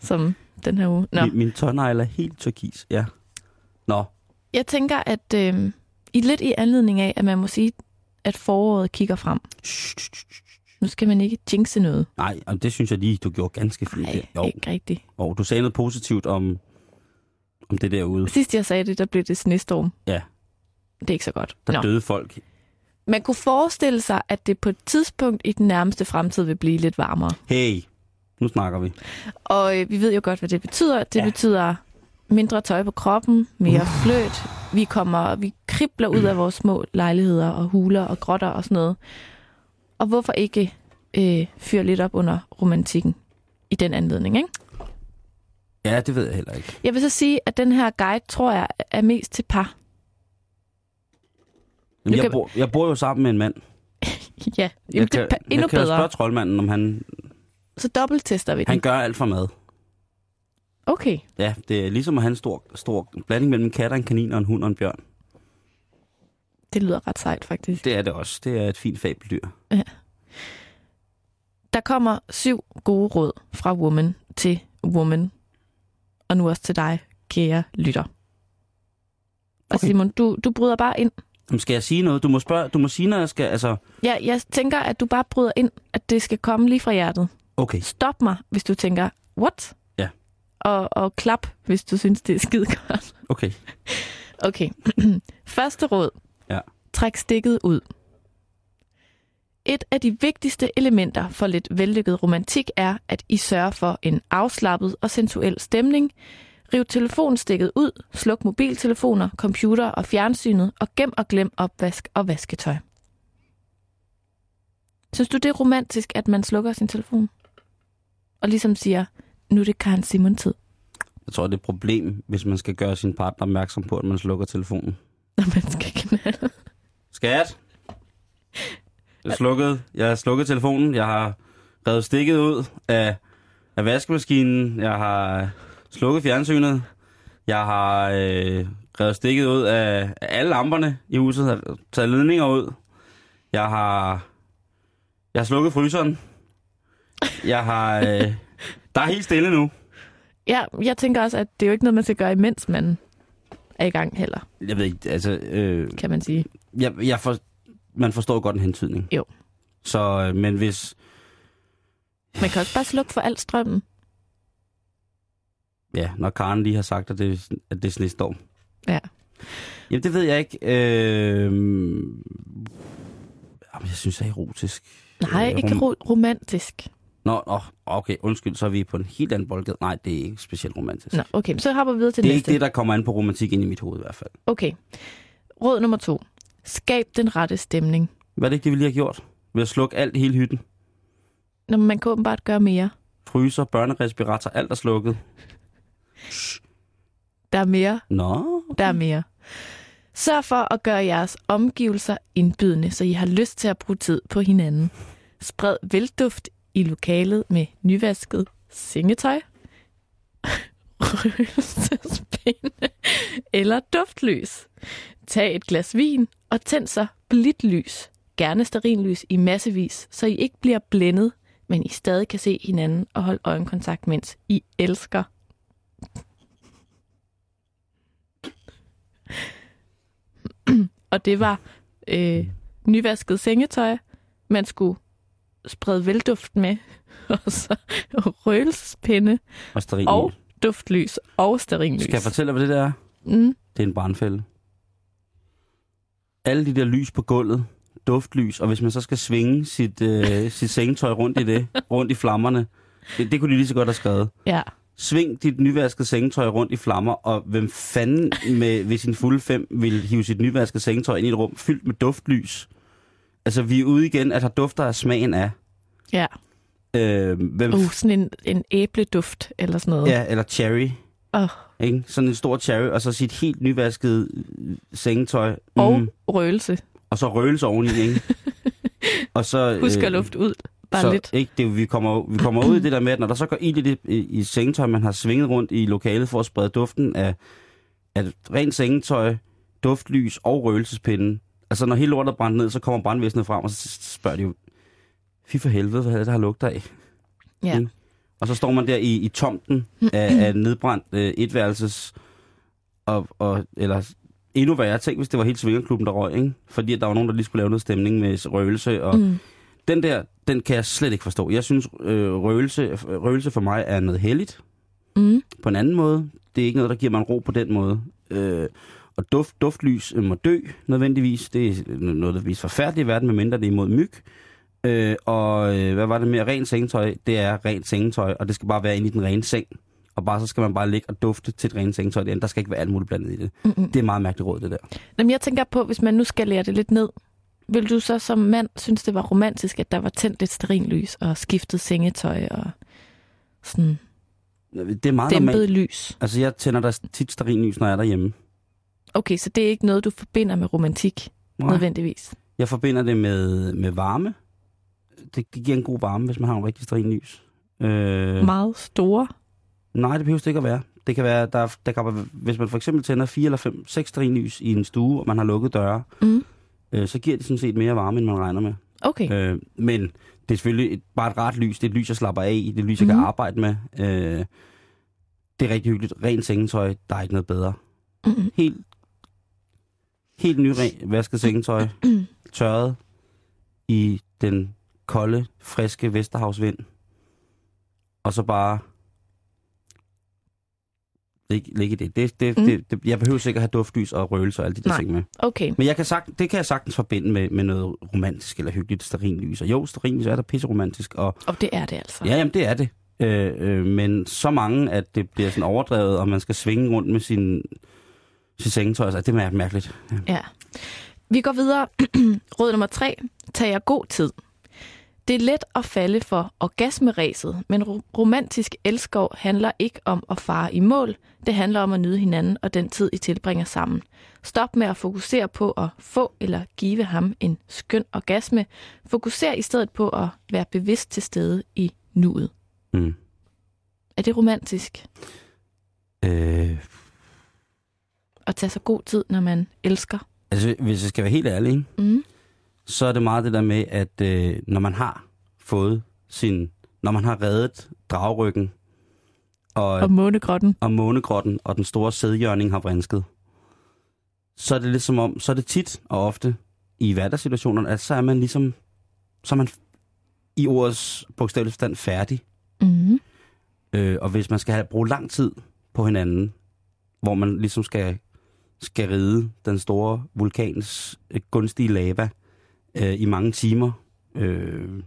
[SPEAKER 2] som den her uge. Nå.
[SPEAKER 3] Min, min tårnegl er helt turkis, ja. Nå,
[SPEAKER 2] Jeg tænker, at øh, i lidt i anledning af, at man må sige, at foråret kigger frem. Nu skal man ikke jinxe noget.
[SPEAKER 3] nej, jamen, det synes jeg lige, du gjorde ganske fint. der.
[SPEAKER 2] Nej,
[SPEAKER 3] jo,
[SPEAKER 2] ikke rigtigt.
[SPEAKER 3] og du sagde noget positivt om, om det derude.
[SPEAKER 2] Sidst jeg sagde det, der blev det snestorm.
[SPEAKER 3] Ja.
[SPEAKER 2] Det er ikke så godt.
[SPEAKER 3] Der døde folk.
[SPEAKER 2] Man kunne forestille sig, at det på et tidspunkt i den nærmeste fremtid vil blive lidt varmere.
[SPEAKER 3] Hey, nu snakker vi.
[SPEAKER 2] Og øh, vi ved jo godt, hvad det betyder. Det
[SPEAKER 3] Ja.
[SPEAKER 2] ja. betyder mindre tøj på kroppen, mere fløt. Vi kommer, vi kribler ud af vores små lejligheder og huler og grotter og sådan noget. Og hvorfor ikke øh, fyre lidt op under romantikken i den anledning, ikke?
[SPEAKER 3] Ja, det ved jeg heller ikke.
[SPEAKER 2] Jeg vil så sige, at den her guide, tror jeg, er mest til par.
[SPEAKER 3] Jamen,
[SPEAKER 2] Nu
[SPEAKER 3] jeg,
[SPEAKER 2] kan-
[SPEAKER 3] bor, jeg bor jo sammen med en mand.
[SPEAKER 2] ja,
[SPEAKER 3] jeg
[SPEAKER 2] jamen, det er
[SPEAKER 3] kan,
[SPEAKER 2] pa- endnu
[SPEAKER 3] jeg kan jo
[SPEAKER 2] bedre.
[SPEAKER 3] spørge troldmanden, om han,
[SPEAKER 2] Så dobbelttester vi
[SPEAKER 3] han
[SPEAKER 2] den.
[SPEAKER 3] gør alt for mad.
[SPEAKER 2] Okay,
[SPEAKER 3] Ja, det er ligesom at have en stor, stor blanding mellem en kat og en kanin og en hund og en bjørn.
[SPEAKER 2] det lyder ret sejt faktisk.
[SPEAKER 3] Det er det også. Det er et fint fabeldyr.
[SPEAKER 2] Der kommer syv gode råd fra Woman til Woman. Og nu også til dig, kære lytter. Og
[SPEAKER 3] Okay.
[SPEAKER 2] Simon, du, du bryder bare ind.
[SPEAKER 3] Jamen, skal jeg sige noget? Du må, spørge, du må sige, når jeg skal... Altså,
[SPEAKER 2] Ja, jeg tænker, at du bare bryder ind, at det skal komme lige fra hjertet.
[SPEAKER 3] okay.
[SPEAKER 2] Stop mig, hvis du tænker, what?
[SPEAKER 3] Ja.
[SPEAKER 2] Og, og klap, hvis du synes, det er skide godt.
[SPEAKER 3] Okay.
[SPEAKER 2] Okay. Første råd.
[SPEAKER 3] Ja.
[SPEAKER 2] Træk stikket ud. Et af de vigtigste elementer for lidt vellykket romantik er, at I sørger for en afslappet og sensuel stemning. Riv telefonstikket ud, sluk mobiltelefoner, computer og fjernsynet, og gem og glem opvask og vasketøj. Synes du, det er romantisk, at man slukker sin telefon? Og ligesom siger, nu er det Karen Simon-tid,
[SPEAKER 3] Jeg tror, det er et problem, hvis man skal gøre sin partner opmærksom på, at man slukker telefonen.
[SPEAKER 2] når man skal knalde.
[SPEAKER 3] Skat! Jeg har slukket, jeg har slukket telefonen. Jeg har revet stikket ud af, af vaskemaskinen. Jeg har slukket fjernsynet. Jeg har øh, revet stikket ud af, af alle lamperne i huset. Jeg har taget ledninger ud. Jeg har, jeg har slukket fryseren. Jeg har... Øh, der er helt stille nu.
[SPEAKER 2] Ja, jeg tænker også, at det er jo ikke noget, man skal gøre, imens man er i gang heller,
[SPEAKER 3] Jeg ved ikke, altså... Øh,
[SPEAKER 2] kan man sige.
[SPEAKER 3] jeg, jeg for, man forstår godt en hentydning.
[SPEAKER 2] Jo.
[SPEAKER 3] Så, øh, men hvis...
[SPEAKER 2] Man kan også bare slukke for al strømmen.
[SPEAKER 3] Ja, når Karen lige har sagt, at det, at det er snestorm.
[SPEAKER 2] Ja.
[SPEAKER 3] Jamen, det ved jeg ikke. Øh, jamen, jeg synes, det er erotisk.
[SPEAKER 2] Nej,
[SPEAKER 3] Øh,
[SPEAKER 2] ikke
[SPEAKER 3] rom-
[SPEAKER 2] ro- romantisk.
[SPEAKER 3] Nå, nå, okay, undskyld, så er vi på en helt anden boldgade. Nej, det er ikke specielt romantisk.
[SPEAKER 2] Nå, okay, så hopper vi videre til
[SPEAKER 3] det er
[SPEAKER 2] næste.
[SPEAKER 3] ikke det, der kommer an på romantik ind i mit hoved i hvert fald.
[SPEAKER 2] Okay. Råd nummer to. Skab den rette stemning.
[SPEAKER 3] Hvad er det ikke, det vi lige har gjort? Ved at slukke alt i hele hytten.
[SPEAKER 2] Når man kan åbenbart gøre mere.
[SPEAKER 3] Fryser, børnerespirator, alt er slukket.
[SPEAKER 2] Der er mere,
[SPEAKER 3] Nå,
[SPEAKER 2] der er mere. Sørg for at gøre jeres omgivelser indbydende, så I har lyst til at bruge tid på hinanden. Spred velduft i lokalet med nyvasket sengetøj, røgelsespinde eller duftlys. Tag et glas vin og tænd så blidt lys, gerne sterinlys i massevis, så I ikke bliver blændet, men I stadig kan se hinanden og holde øjenkontakt, mens I elsker. og det var øh, nyvasket sengetøj, man skulle sprede velduft med, og så røgelsespinde
[SPEAKER 3] og sterin.
[SPEAKER 2] og duftlys og sterinlys.
[SPEAKER 3] Skal jeg fortælle dig, hvad det der er?
[SPEAKER 2] Mm.
[SPEAKER 3] Det er en brandfælde. Alle de der lys på gulvet, duftlys, og hvis man så skal svinge sit, øh, sit sengetøj rundt i det, rundt i flammerne, det, det kunne de lige så godt have skrevet.
[SPEAKER 2] Ja,
[SPEAKER 3] Sving dit nyvaskede sengetøj rundt i flammer, og hvem fanden med, ved sin fulde fem vil hive sit nyvaskede sengetøj ind i et rum fyldt med duftlys? Altså, vi er ude igen, at der dufter af smagen af.
[SPEAKER 2] Ja.
[SPEAKER 3] Øh, hvem
[SPEAKER 2] Uh, sådan en, en æbleduft eller sådan noget.
[SPEAKER 3] Ja, eller cherry.
[SPEAKER 2] Åh.
[SPEAKER 3] Ikke? Sådan en stor cherry, og så sit helt nyvaskede øh, sengetøj.
[SPEAKER 2] Og
[SPEAKER 3] Mm.
[SPEAKER 2] røgelse.
[SPEAKER 3] og så røgelse oveni, ikke? og så...
[SPEAKER 2] Husk at lufte ud. Bare
[SPEAKER 3] Øh, så,
[SPEAKER 2] lidt.
[SPEAKER 3] Ikke, det, er jo- vi, kommer, vi kommer ud i det der med, at når der så går ild i, det, i, i sengetøj, man har svinget rundt i lokalet for at sprede duften af, af rent sengetøj, duftlys og røgelsespinden. Altså når hele lortet er brændt ned, så kommer brandvæsenet frem, og så spørger de jo, fy for helvede, hvad er det, der har lugter af?
[SPEAKER 2] Ja.
[SPEAKER 3] Mm. Og så står man der i, i tomten af, af nedbrændt øh, etværelses, og, og, eller endnu værre, tænk hvis det var hele svingerklubben, der røg, ikke? Fordi at der var nogen, der lige skulle lave noget stemning med røgelse, og
[SPEAKER 2] Mm.
[SPEAKER 3] den der, den kan jeg slet ikke forstå. Jeg synes, øh, røgelse, øh, røgelse for mig er noget heldigt
[SPEAKER 2] Mm.
[SPEAKER 3] på en anden måde. Det er ikke noget, der giver mig en ro på den måde. Øh, og duft, duftlys øh, må dø nødvendigvis. Det er noget, der viser forfærdeligt i verden, medmindre det er imod myg. Øh, og øh, hvad var det mere? Rent sengetøj, det er rent sengetøj, og det skal bare være inde i den rene seng. Og bare så skal man bare ligge og dufte til et rent sengetøj derinde. Der skal ikke være alt muligt blandet i det.
[SPEAKER 2] Mm-mm.
[SPEAKER 3] Det er meget mærkeligt råd, det der.
[SPEAKER 2] Jamen, jeg tænker på, hvis man nu skal lære det lidt ned, vil du så som mand synes, det var romantisk, at der var tændt et sterinlys og skiftet sengetøj og sådan
[SPEAKER 3] Det er meget
[SPEAKER 2] dæmpet
[SPEAKER 3] normalt.
[SPEAKER 2] lys?
[SPEAKER 3] Altså, jeg tænder der tit stearinlys, når jeg er derhjemme.
[SPEAKER 2] Okay, så det er ikke noget, du forbinder med romantik, Nej. nødvendigvis.
[SPEAKER 3] Jeg forbinder det med, med varme. Det, det giver en god varme, hvis man har en rigtig strin lys. Øh,
[SPEAKER 2] Øh. Meget store.
[SPEAKER 3] nej, det behøver det ikke at være. Det kan være, der, der kan, hvis man for eksempel tænder fire eller fem, seks strin lys i en stue, og man har lukket døre,
[SPEAKER 2] Mm.
[SPEAKER 3] øh, så giver det sådan set mere varme, end man regner med.
[SPEAKER 2] Okay, øh.
[SPEAKER 3] Øh, men det er selvfølgelig et, bare et rart lys. Det er et lys, jeg slapper af i. Det er et lys, jeg mm. kan
[SPEAKER 2] Mhm.
[SPEAKER 3] arbejde med. Øh, det er rigtig hyggeligt. Rent sengetøj, der er ikke noget bedre.
[SPEAKER 2] Mhm.
[SPEAKER 3] Helt, helt ny ren, vasket sengetøj. Tørret i den kolde, friske Vesterhavsvind. Og så bare ligge ligge i det. Det, det,
[SPEAKER 2] Mm.
[SPEAKER 3] mm. det, det. Jeg behøver sikkert have duftlys og røgelse og alle de der
[SPEAKER 2] Nej.
[SPEAKER 3] ting med.
[SPEAKER 2] okay.
[SPEAKER 3] Men jeg kan sagt, det kan jeg sagtens forbinde med, med noget romantisk eller hyggeligt sterinlys. Og jo, sterinlys er da pisseromantisk, og
[SPEAKER 2] Og det er det altså.
[SPEAKER 3] ja, jamen, det er det. Øh, øh, men så mange, at det bliver sådan overdrevet, og man skal svinge rundt med sin, sin sengetøj, altså, det er mærkeligt.
[SPEAKER 2] Ja. Vi går videre. Råd nummer tre. Tag jer god tid. Det er let at falde for orgasmeræset, men ro- romantisk elskov handler ikke om at fare i mål. Det handler om at nyde hinanden og den tid, I tilbringer sammen. Stop med at fokusere på at få eller give ham en skøn orgasme. Fokuser i stedet på at være bevidst til stede i nuet.
[SPEAKER 3] Mm.
[SPEAKER 2] Er det romantisk
[SPEAKER 3] Øh,
[SPEAKER 2] at tage så god tid, når man elsker?
[SPEAKER 3] altså, hvis jeg skal være helt ærlig, ikke?
[SPEAKER 2] Mm.
[SPEAKER 3] så er det meget det der med, at øh, når man har fået sin... Når man har reddet dragryggen, og
[SPEAKER 2] Og månegrotten.
[SPEAKER 3] og månegrotten og den store sædjørning har vrinsket, så er det lidt som om, så er det tit og ofte i hverdagssituationerne, at så er man ligesom, så er man i ordets bogstavelige forstand færdig.
[SPEAKER 2] Mm.
[SPEAKER 3] Øh, og hvis man skal have, bruge lang tid på hinanden, hvor man ligesom skal, skal ride den store vulkans øh, gunstige lava øh, i mange timer, øh,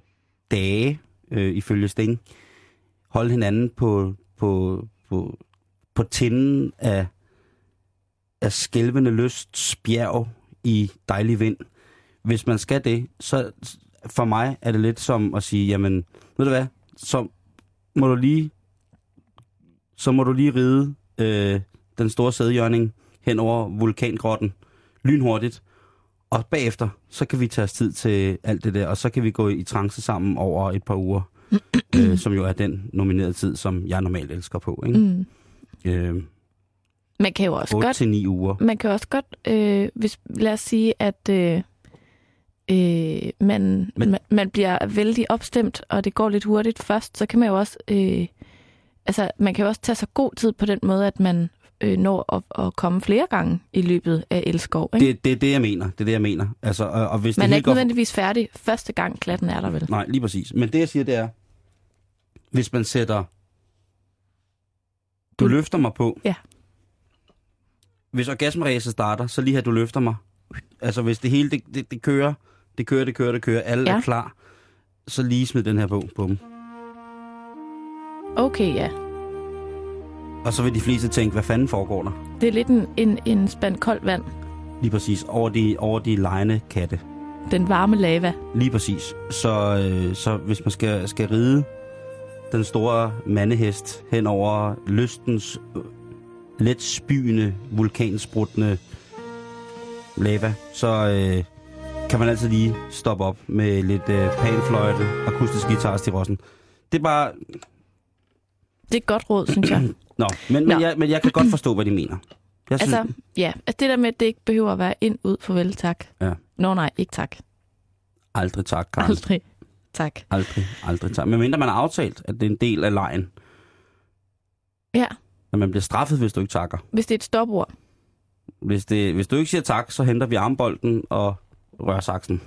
[SPEAKER 3] dage øh, ifølge Sting, holde hinanden på, på, på, på tinden af, af skælvende lysts bjerg i dejlig vind. Hvis man skal det, så for mig er det lidt som at sige, jamen, ved du hvad, så må du lige så må du lige ride øh, den store sædjørning hen over vulkangrotten lynhurtigt. Og bagefter, så kan vi tage os tid til alt det der, og så kan vi gå i trance sammen over et par uger, øh, som jo er den nominerede tid, som jeg normalt elsker på. Ikke?
[SPEAKER 2] Mm.
[SPEAKER 3] Mm. Øh,
[SPEAKER 2] Man kan jo også godt
[SPEAKER 3] 8-9 uger.
[SPEAKER 2] man kan også godt, øh, hvis, lad os sige, at øh, øh, man,
[SPEAKER 3] Men-
[SPEAKER 2] man, man bliver vældig opstemt, og det går lidt hurtigt først, så kan man jo også, øh, altså man kan jo også tage så god tid på den måde, at man øh, når at, at komme flere gange i løbet af elskov. Ikke?
[SPEAKER 3] Det, det er det, jeg mener. Det er det, jeg mener. Altså, og, og hvis
[SPEAKER 2] man er
[SPEAKER 3] det hele
[SPEAKER 2] ikke
[SPEAKER 3] går...
[SPEAKER 2] nødvendigvis færdig første gang klatten er der vel.
[SPEAKER 3] Nej, lige præcis. Men det, jeg siger, det er, hvis man sætter... Du
[SPEAKER 2] Du-
[SPEAKER 3] løfter mig på.
[SPEAKER 2] Mm. Ja.
[SPEAKER 3] Hvis orgasmeræset starter, så lige her, du løfter mig. Altså, hvis det hele, det, det, det kører, det kører, det kører, det kører, alle
[SPEAKER 2] Ja.
[SPEAKER 3] er klar, så lige smid den her på. Bum.
[SPEAKER 2] Okay, ja.
[SPEAKER 3] Og så vil de fleste tænke, hvad fanden foregår der?
[SPEAKER 2] Det er lidt en, en, en spand koldt vand.
[SPEAKER 3] Lige præcis. Over de, over de lejende katte.
[SPEAKER 2] Den varme lava.
[SPEAKER 3] Lige præcis. Så, øh, så hvis man skal, skal ride den store mandehest hen over lystens øh, let spyende, vulkansprutende lava, så øh, kan man altid lige stoppe op med lidt øh, panfløjte, akustisk guitar til rossen. Det er bare...
[SPEAKER 2] Det er et godt råd, synes jeg.
[SPEAKER 3] Nå, men, men,
[SPEAKER 2] Nå.
[SPEAKER 3] Jeg, men jeg kan godt forstå, hvad de mener. Jeg synes,
[SPEAKER 2] Altså, ja. Altså, det der med, at det ikke behøver at være ind, ud, farvel, tak.
[SPEAKER 3] Ja.
[SPEAKER 2] Nå nej, ikke tak.
[SPEAKER 3] aldrig tak, Karen.
[SPEAKER 2] Aldrig. Tak.
[SPEAKER 3] Aldrig, aldrig tak. Men mindre man har aftalt, at det er en del af lejen.
[SPEAKER 2] Ja.
[SPEAKER 3] At man bliver straffet, hvis du ikke takker.
[SPEAKER 2] Hvis det er et stopord.
[SPEAKER 3] Hvis, det, hvis du ikke siger tak, så henter vi armbolden og rører saksen.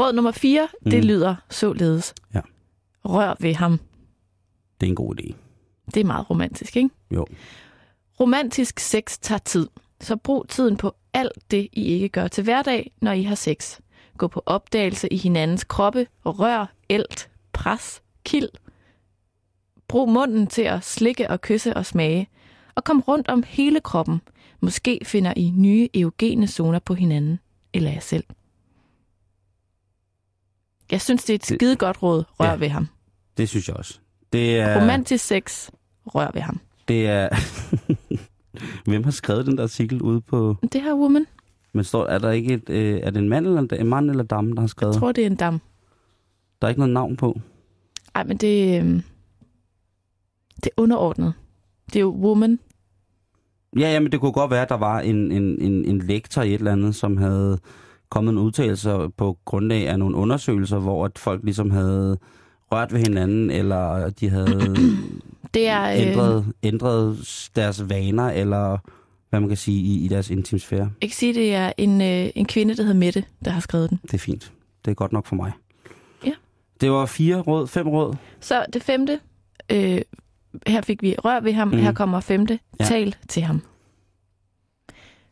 [SPEAKER 2] Råd nummer 4, mm. det
[SPEAKER 3] Mm.
[SPEAKER 2] lyder således.
[SPEAKER 3] Ja.
[SPEAKER 2] Rør ved ham.
[SPEAKER 3] Det er en god idé.
[SPEAKER 2] Det er meget romantisk, ikke?
[SPEAKER 3] Jo.
[SPEAKER 2] Romantisk sex tager tid, så brug tiden på alt det, I ikke gør til hverdag, når I har sex. Gå på opdagelse i hinandens kroppe, rør, elt, pres, kild. Brug munden til at slikke og kysse og smage. Og kom rundt om hele kroppen. Måske finder I nye eugene zoner på hinanden, eller jer selv. Jeg synes, det er et
[SPEAKER 3] Det-
[SPEAKER 2] skide godt råd. Rør
[SPEAKER 3] Ja.
[SPEAKER 2] ved ham.
[SPEAKER 3] Det synes jeg også. Det er...
[SPEAKER 2] Romantisk sex. Rør ved ham.
[SPEAKER 3] Det er... Hvem har skrevet den der artikel ude på...
[SPEAKER 2] Det her woman,
[SPEAKER 3] Men står, er der ikke et... Øh, er det en mand eller en, en mand eller dame, der har skrevet?
[SPEAKER 2] jeg tror, det er en dam.
[SPEAKER 3] Der er ikke noget navn på.
[SPEAKER 2] Ej, men det, øhm, det er underordnet. Det er jo woman.
[SPEAKER 3] Ja, ja, men det kunne godt være, at der var en, en, en, en lektor i et eller andet, som havde kommet en udtalelse på grundlag af nogle undersøgelser, hvor at folk ligesom havde rørt ved hinanden, eller de havde
[SPEAKER 2] Det er, øh,
[SPEAKER 3] ændret, ændret deres vaner, eller hvad man kan sige, i, i deres intimsfære.
[SPEAKER 2] jeg kan sige, det er en, øh, en kvinde, der hedder Mette, der har skrevet den.
[SPEAKER 3] Det er fint. Det er godt nok for mig.
[SPEAKER 2] Ja.
[SPEAKER 3] Det var fire råd, fem råd.
[SPEAKER 2] Så det femte, øh, her fik vi rør ved ham, mm.
[SPEAKER 3] Mhm.
[SPEAKER 2] her kommer femte,
[SPEAKER 3] Ja.
[SPEAKER 2] ja. tal til ham.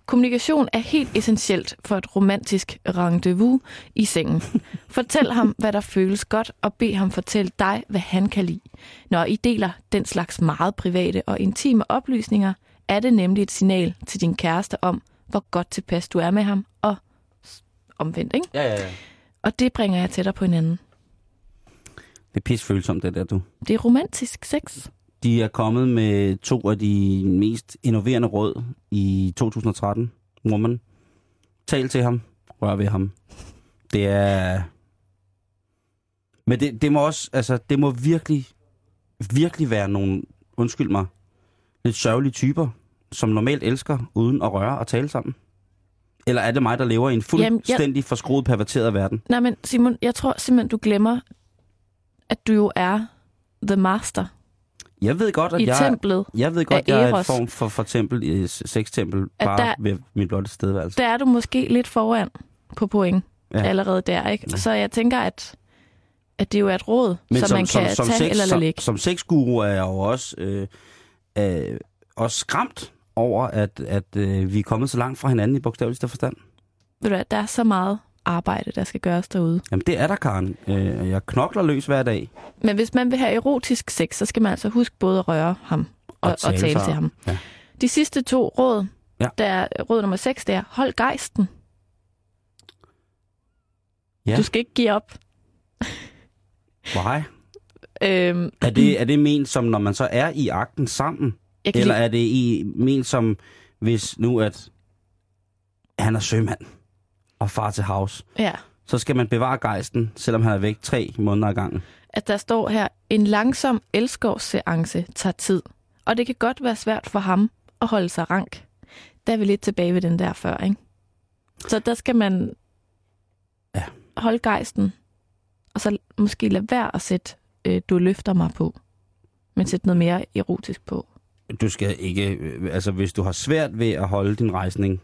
[SPEAKER 2] Kommunikation er helt essentielt for et romantisk rendezvous i sengen. Fortæl ham, hvad der føles godt, og bed ham fortælle dig, hvad han kan lide. Når I deler den slags meget private og intime oplysninger, er det nemlig et signal til din kæreste om, hvor godt tilpas du er med ham, og s- omvendt, ikke?
[SPEAKER 3] Ja, ja, ja.
[SPEAKER 2] Og det bringer jer tættere på hinanden.
[SPEAKER 3] Det er pisfølsomt, det der, du.
[SPEAKER 2] Det er romantisk sex.
[SPEAKER 3] De er kommet med to af de mest innoverende råd i 2013. Woman. Tal til ham. Rør ved ham. Det er... Men det, det må også, altså, det må virkelig, virkelig være nogle, undskyld mig, lidt sørgelige typer, som normalt elsker uden at røre og tale sammen. Eller er det mig, der lever i en
[SPEAKER 2] Jamen, jeg-
[SPEAKER 3] fuldstændig Jamen, forskruet, perverteret verden?
[SPEAKER 2] Nej, men Simon, jeg tror simpelthen, du glemmer, at du jo er the master
[SPEAKER 3] Jeg ved godt, at
[SPEAKER 2] i
[SPEAKER 3] jeg...
[SPEAKER 2] templet.
[SPEAKER 3] Jeg ved godt,
[SPEAKER 2] af
[SPEAKER 3] jeg er et
[SPEAKER 2] Eros.
[SPEAKER 3] form for, for tempel, øh, sextempel,
[SPEAKER 2] At
[SPEAKER 3] bare
[SPEAKER 2] der-
[SPEAKER 3] der... ved min blotte stedværelse.
[SPEAKER 2] Der er du måske lidt foran på point
[SPEAKER 3] Ja.
[SPEAKER 2] ja. allerede der, ikke?
[SPEAKER 3] Ja.
[SPEAKER 2] Så jeg tænker, at, at det jo er et råd, som, man kan tage eller lade
[SPEAKER 3] som,
[SPEAKER 2] ligge.
[SPEAKER 3] som sexguru er jeg jo også, øh, øh, også skræmt over, at, at øh, vi er kommet så langt fra hinanden i bogstaveligste forstand.
[SPEAKER 2] Ved du hvad, der er så meget arbejde, der skal gøres derude.
[SPEAKER 3] Jamen det er der, Karen. Øh, jeg knokler løs hver dag.
[SPEAKER 2] Men hvis man vil have erotisk sex, så skal man altså huske både at røre ham og, og tale,
[SPEAKER 3] for
[SPEAKER 2] til ham.
[SPEAKER 3] Ja.
[SPEAKER 2] De sidste to råd,
[SPEAKER 3] Ja.
[SPEAKER 2] ja. der er råd nummer 6, det er, hold gejsten.
[SPEAKER 3] Ja.
[SPEAKER 2] Ja. Du skal ikke give op.
[SPEAKER 3] Why?
[SPEAKER 2] Øhm,
[SPEAKER 3] Er det, er det ment som, når man så er i akten sammen?
[SPEAKER 2] jeg kan
[SPEAKER 3] Eller
[SPEAKER 2] Eller...
[SPEAKER 3] er det i, ment som, hvis nu at han er sømand og far til havs?
[SPEAKER 2] lide, ja.
[SPEAKER 3] så skal man bevare gejsten, selvom han er væk tre måneder ad gangen.
[SPEAKER 2] at der står her, en langsom elskovsseance tager tid, og det kan godt være svært for ham at holde sig rank. Der er vi lidt tilbage ved den der før, ikke? Så der skal man
[SPEAKER 3] Ja.
[SPEAKER 2] holde gejsten, og så måske lade være at sætte, øh, du løfter mig på, men sætte noget mere erotisk på.
[SPEAKER 3] Du skal ikke, øh, altså hvis du har svært ved at holde din rejsning,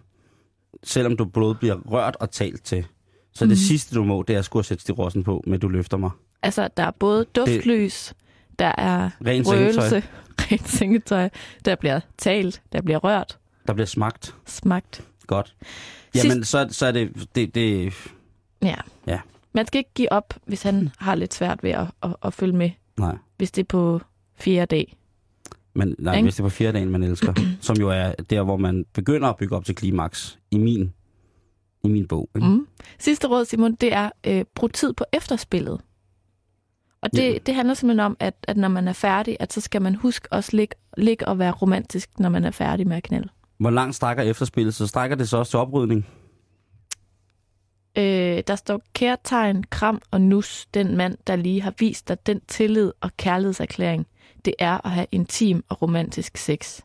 [SPEAKER 3] selvom du både bliver rørt og talt til, så
[SPEAKER 2] Mhm.
[SPEAKER 3] mm. det sidste du må, det er at skulle sætte stirossen på, men du løfter mig.
[SPEAKER 2] Altså, der er både duftlys, det... der er
[SPEAKER 3] Rent sengetøj.
[SPEAKER 2] røgelse, rent sengetøj, der bliver talt, der bliver rørt,
[SPEAKER 3] Der bliver smagt.
[SPEAKER 2] smagt.
[SPEAKER 3] Godt. Jamen, så, så er det, det, det,
[SPEAKER 2] Ja.
[SPEAKER 3] ja,
[SPEAKER 2] Man skal ikke give op, hvis han har lidt svært ved at, at, at følge med,
[SPEAKER 3] nej.
[SPEAKER 2] hvis det er på fjerde dag.
[SPEAKER 3] man, nej,
[SPEAKER 2] Ikke?
[SPEAKER 3] hvis det er på fjerde dagen, man elsker. som jo er der, hvor man begynder at bygge op til klimaks i min, i min bog. Ikke?
[SPEAKER 2] Mm. Sidste råd, Simon, det er, øh, brug tid på efterspillet. Og det,
[SPEAKER 3] Ja.
[SPEAKER 2] det handler simpelthen om, at, at når man er færdig, at så skal man huske også ligge, ligge og være romantisk, når man er færdig med at knalde.
[SPEAKER 3] Hvor langt strækker efterspillet? Så strækker det så også til oprydning?
[SPEAKER 2] Øh, der står kærtegn, kram og nus, den mand, der lige har vist dig den tillid og kærlighedserklæring, det er at have intim og romantisk sex.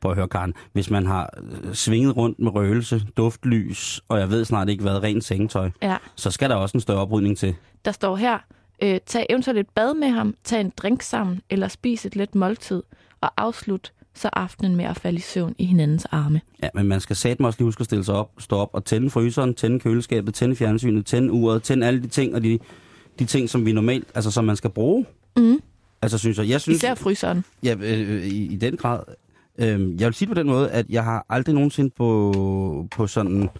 [SPEAKER 3] Prøv at høre, Karen. Hvis man har øh, svinget rundt med røgelse, duftlys, og jeg ved snart ikke hvad, rent sengetøj,
[SPEAKER 2] Ja,
[SPEAKER 3] så skal der også en større oprydning til.
[SPEAKER 2] der står her, øh, tag eventuelt et bad med ham, tag en drink sammen, eller spis et let måltid, og afslut så aftenen med at falde i søvn i hinandens arme.
[SPEAKER 3] Ja, men man skal satme også lige huske at stille sig op, stå op og tænde fryseren, tænde køleskabet, tænde fjernsynet, tænde uret, tænde alle de ting, og de, de ting, som vi normalt, altså som man skal bruge.
[SPEAKER 2] Mm.
[SPEAKER 3] Altså synes jeg, jeg synes,
[SPEAKER 2] Især fryseren.
[SPEAKER 3] ja, øh, øh, i, i den grad, øh, jeg vil sige det på den måde, at jeg har aldrig nogensinde på, på sådan,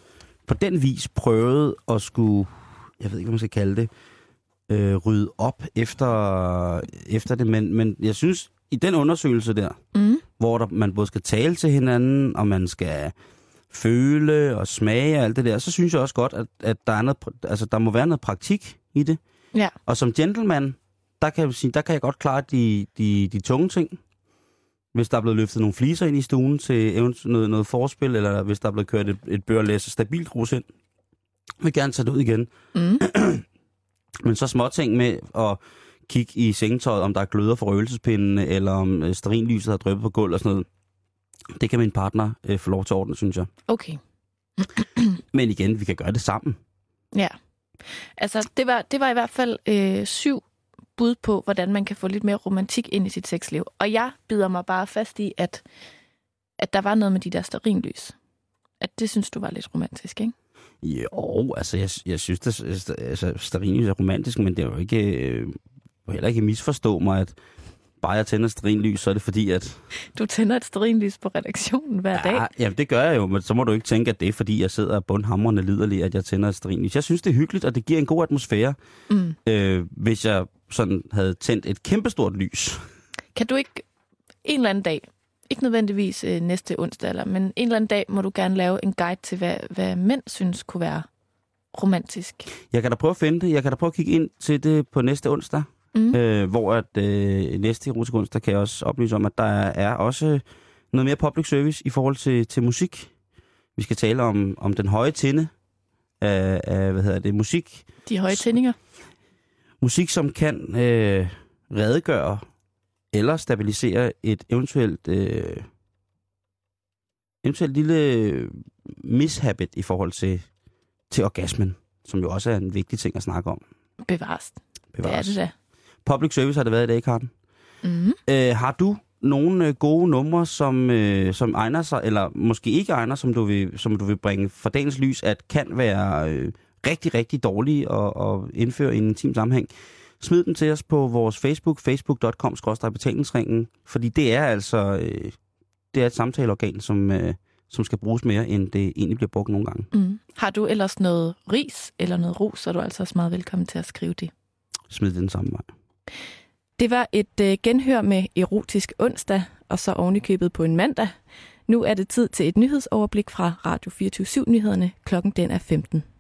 [SPEAKER 3] på den vis prøvet at skulle, jeg ved ikke, hvad man skal kalde det, øh, rydde op efter, efter det, men, men jeg synes, i den undersøgelse der,
[SPEAKER 2] Mm.
[SPEAKER 3] hvor der, man både skal tale til hinanden, og man skal føle og smage og alt det der, så synes jeg også godt, at, at der, er noget, pr- altså, der må være noget praktik i det.
[SPEAKER 2] Ja.
[SPEAKER 3] Og som gentleman, der kan, jeg sige, der kan jeg godt klare de, de, de tunge ting. Hvis der er blevet løftet nogle fliser ind i stuen til event- noget, noget forspil, eller hvis der er blevet kørt et, et børlæs stabilt grus ind, vil gerne tage det ud igen.
[SPEAKER 2] Mm.
[SPEAKER 3] Men så småting med at kigge i sengetøjet, om der er gløder for røgelsespindene, eller om øh, sterinlyset har dryppet på gulvet og sådan noget. Det kan min partner øh, få lov til at ordne, synes jeg.
[SPEAKER 2] Okay.
[SPEAKER 3] Men igen, vi kan gøre det sammen.
[SPEAKER 2] Ja. Altså, det var, det var i hvert fald øh, syv bud på, hvordan man kan få lidt mere romantik ind i sit sexliv. Og jeg bider mig bare fast i, at, at der var noget med de der sterinlys. At det synes du var lidt romantisk, ikke?
[SPEAKER 3] Jo, altså jeg, jeg synes, det, altså, sterinlys er romantisk, men det er jo ikke... Øh, må heller ikke misforstå mig, at bare jeg tænder sterinlys, så er det fordi, at...
[SPEAKER 2] Du tænder et sterinlys på redaktionen hver dag.
[SPEAKER 3] Ja, jamen, det gør jeg jo, men så må du ikke tænke, at det er fordi, jeg sidder bundhamrende liderlig, at jeg tænder et sterinlys. Jeg synes, det er hyggeligt, og det giver en god atmosfære.
[SPEAKER 2] Mm.
[SPEAKER 3] øh, hvis jeg sådan havde tændt et kæmpestort lys.
[SPEAKER 2] Kan du ikke en eller anden dag, ikke nødvendigvis øh, næste onsdag, eller, men en eller anden dag må du gerne lave en guide til, hvad, hvad mænd synes kunne være romantisk.
[SPEAKER 3] Jeg kan da prøve at finde det. Jeg kan da prøve at kigge ind til det på næste onsdag.
[SPEAKER 2] Mm.
[SPEAKER 3] Øh, hvor at øh, næste erotisk onsdag kan jeg også oplyse om, at der er også noget mere public service i forhold til, til musik. Vi skal tale om, om den høje tinde af, af hvad hedder det, musik.
[SPEAKER 2] De høje tændinger.
[SPEAKER 3] Musik, som kan øh, redegøre eller stabilisere et eventuelt, øh, eventuelt lille mishabit i forhold til, til orgasmen, som jo også er en vigtig ting at snakke om.
[SPEAKER 2] Bevares. Det er
[SPEAKER 3] Bevares.
[SPEAKER 2] det da.
[SPEAKER 3] Public service har det været i dag, Karen.
[SPEAKER 2] Mm.
[SPEAKER 3] Øh, har du nogle øh, gode numre, som, øh, som egner sig, eller måske ikke egner, som du vil, som du vil bringe for dagens lys, at kan være øh, rigtig, rigtig dårlige og, og indføre i en intim sammenhæng? Smid dem til os på vores Facebook, facebook.com betalingsringen, fordi det er altså øh, det er et samtaleorgan, som, øh, som skal bruges mere, end det egentlig bliver brugt nogle gange.
[SPEAKER 2] Mm. Har du ellers noget ris eller noget ros, så er du altså også meget velkommen til at skrive det.
[SPEAKER 3] Smid det den samme vej.
[SPEAKER 2] Det var et øh, genhør med erotisk onsdag, og så ovenikøbet på en mandag. Nu er det tid til et nyhedsoverblik fra Radio 24 Nyhederne. Klokken den er 15.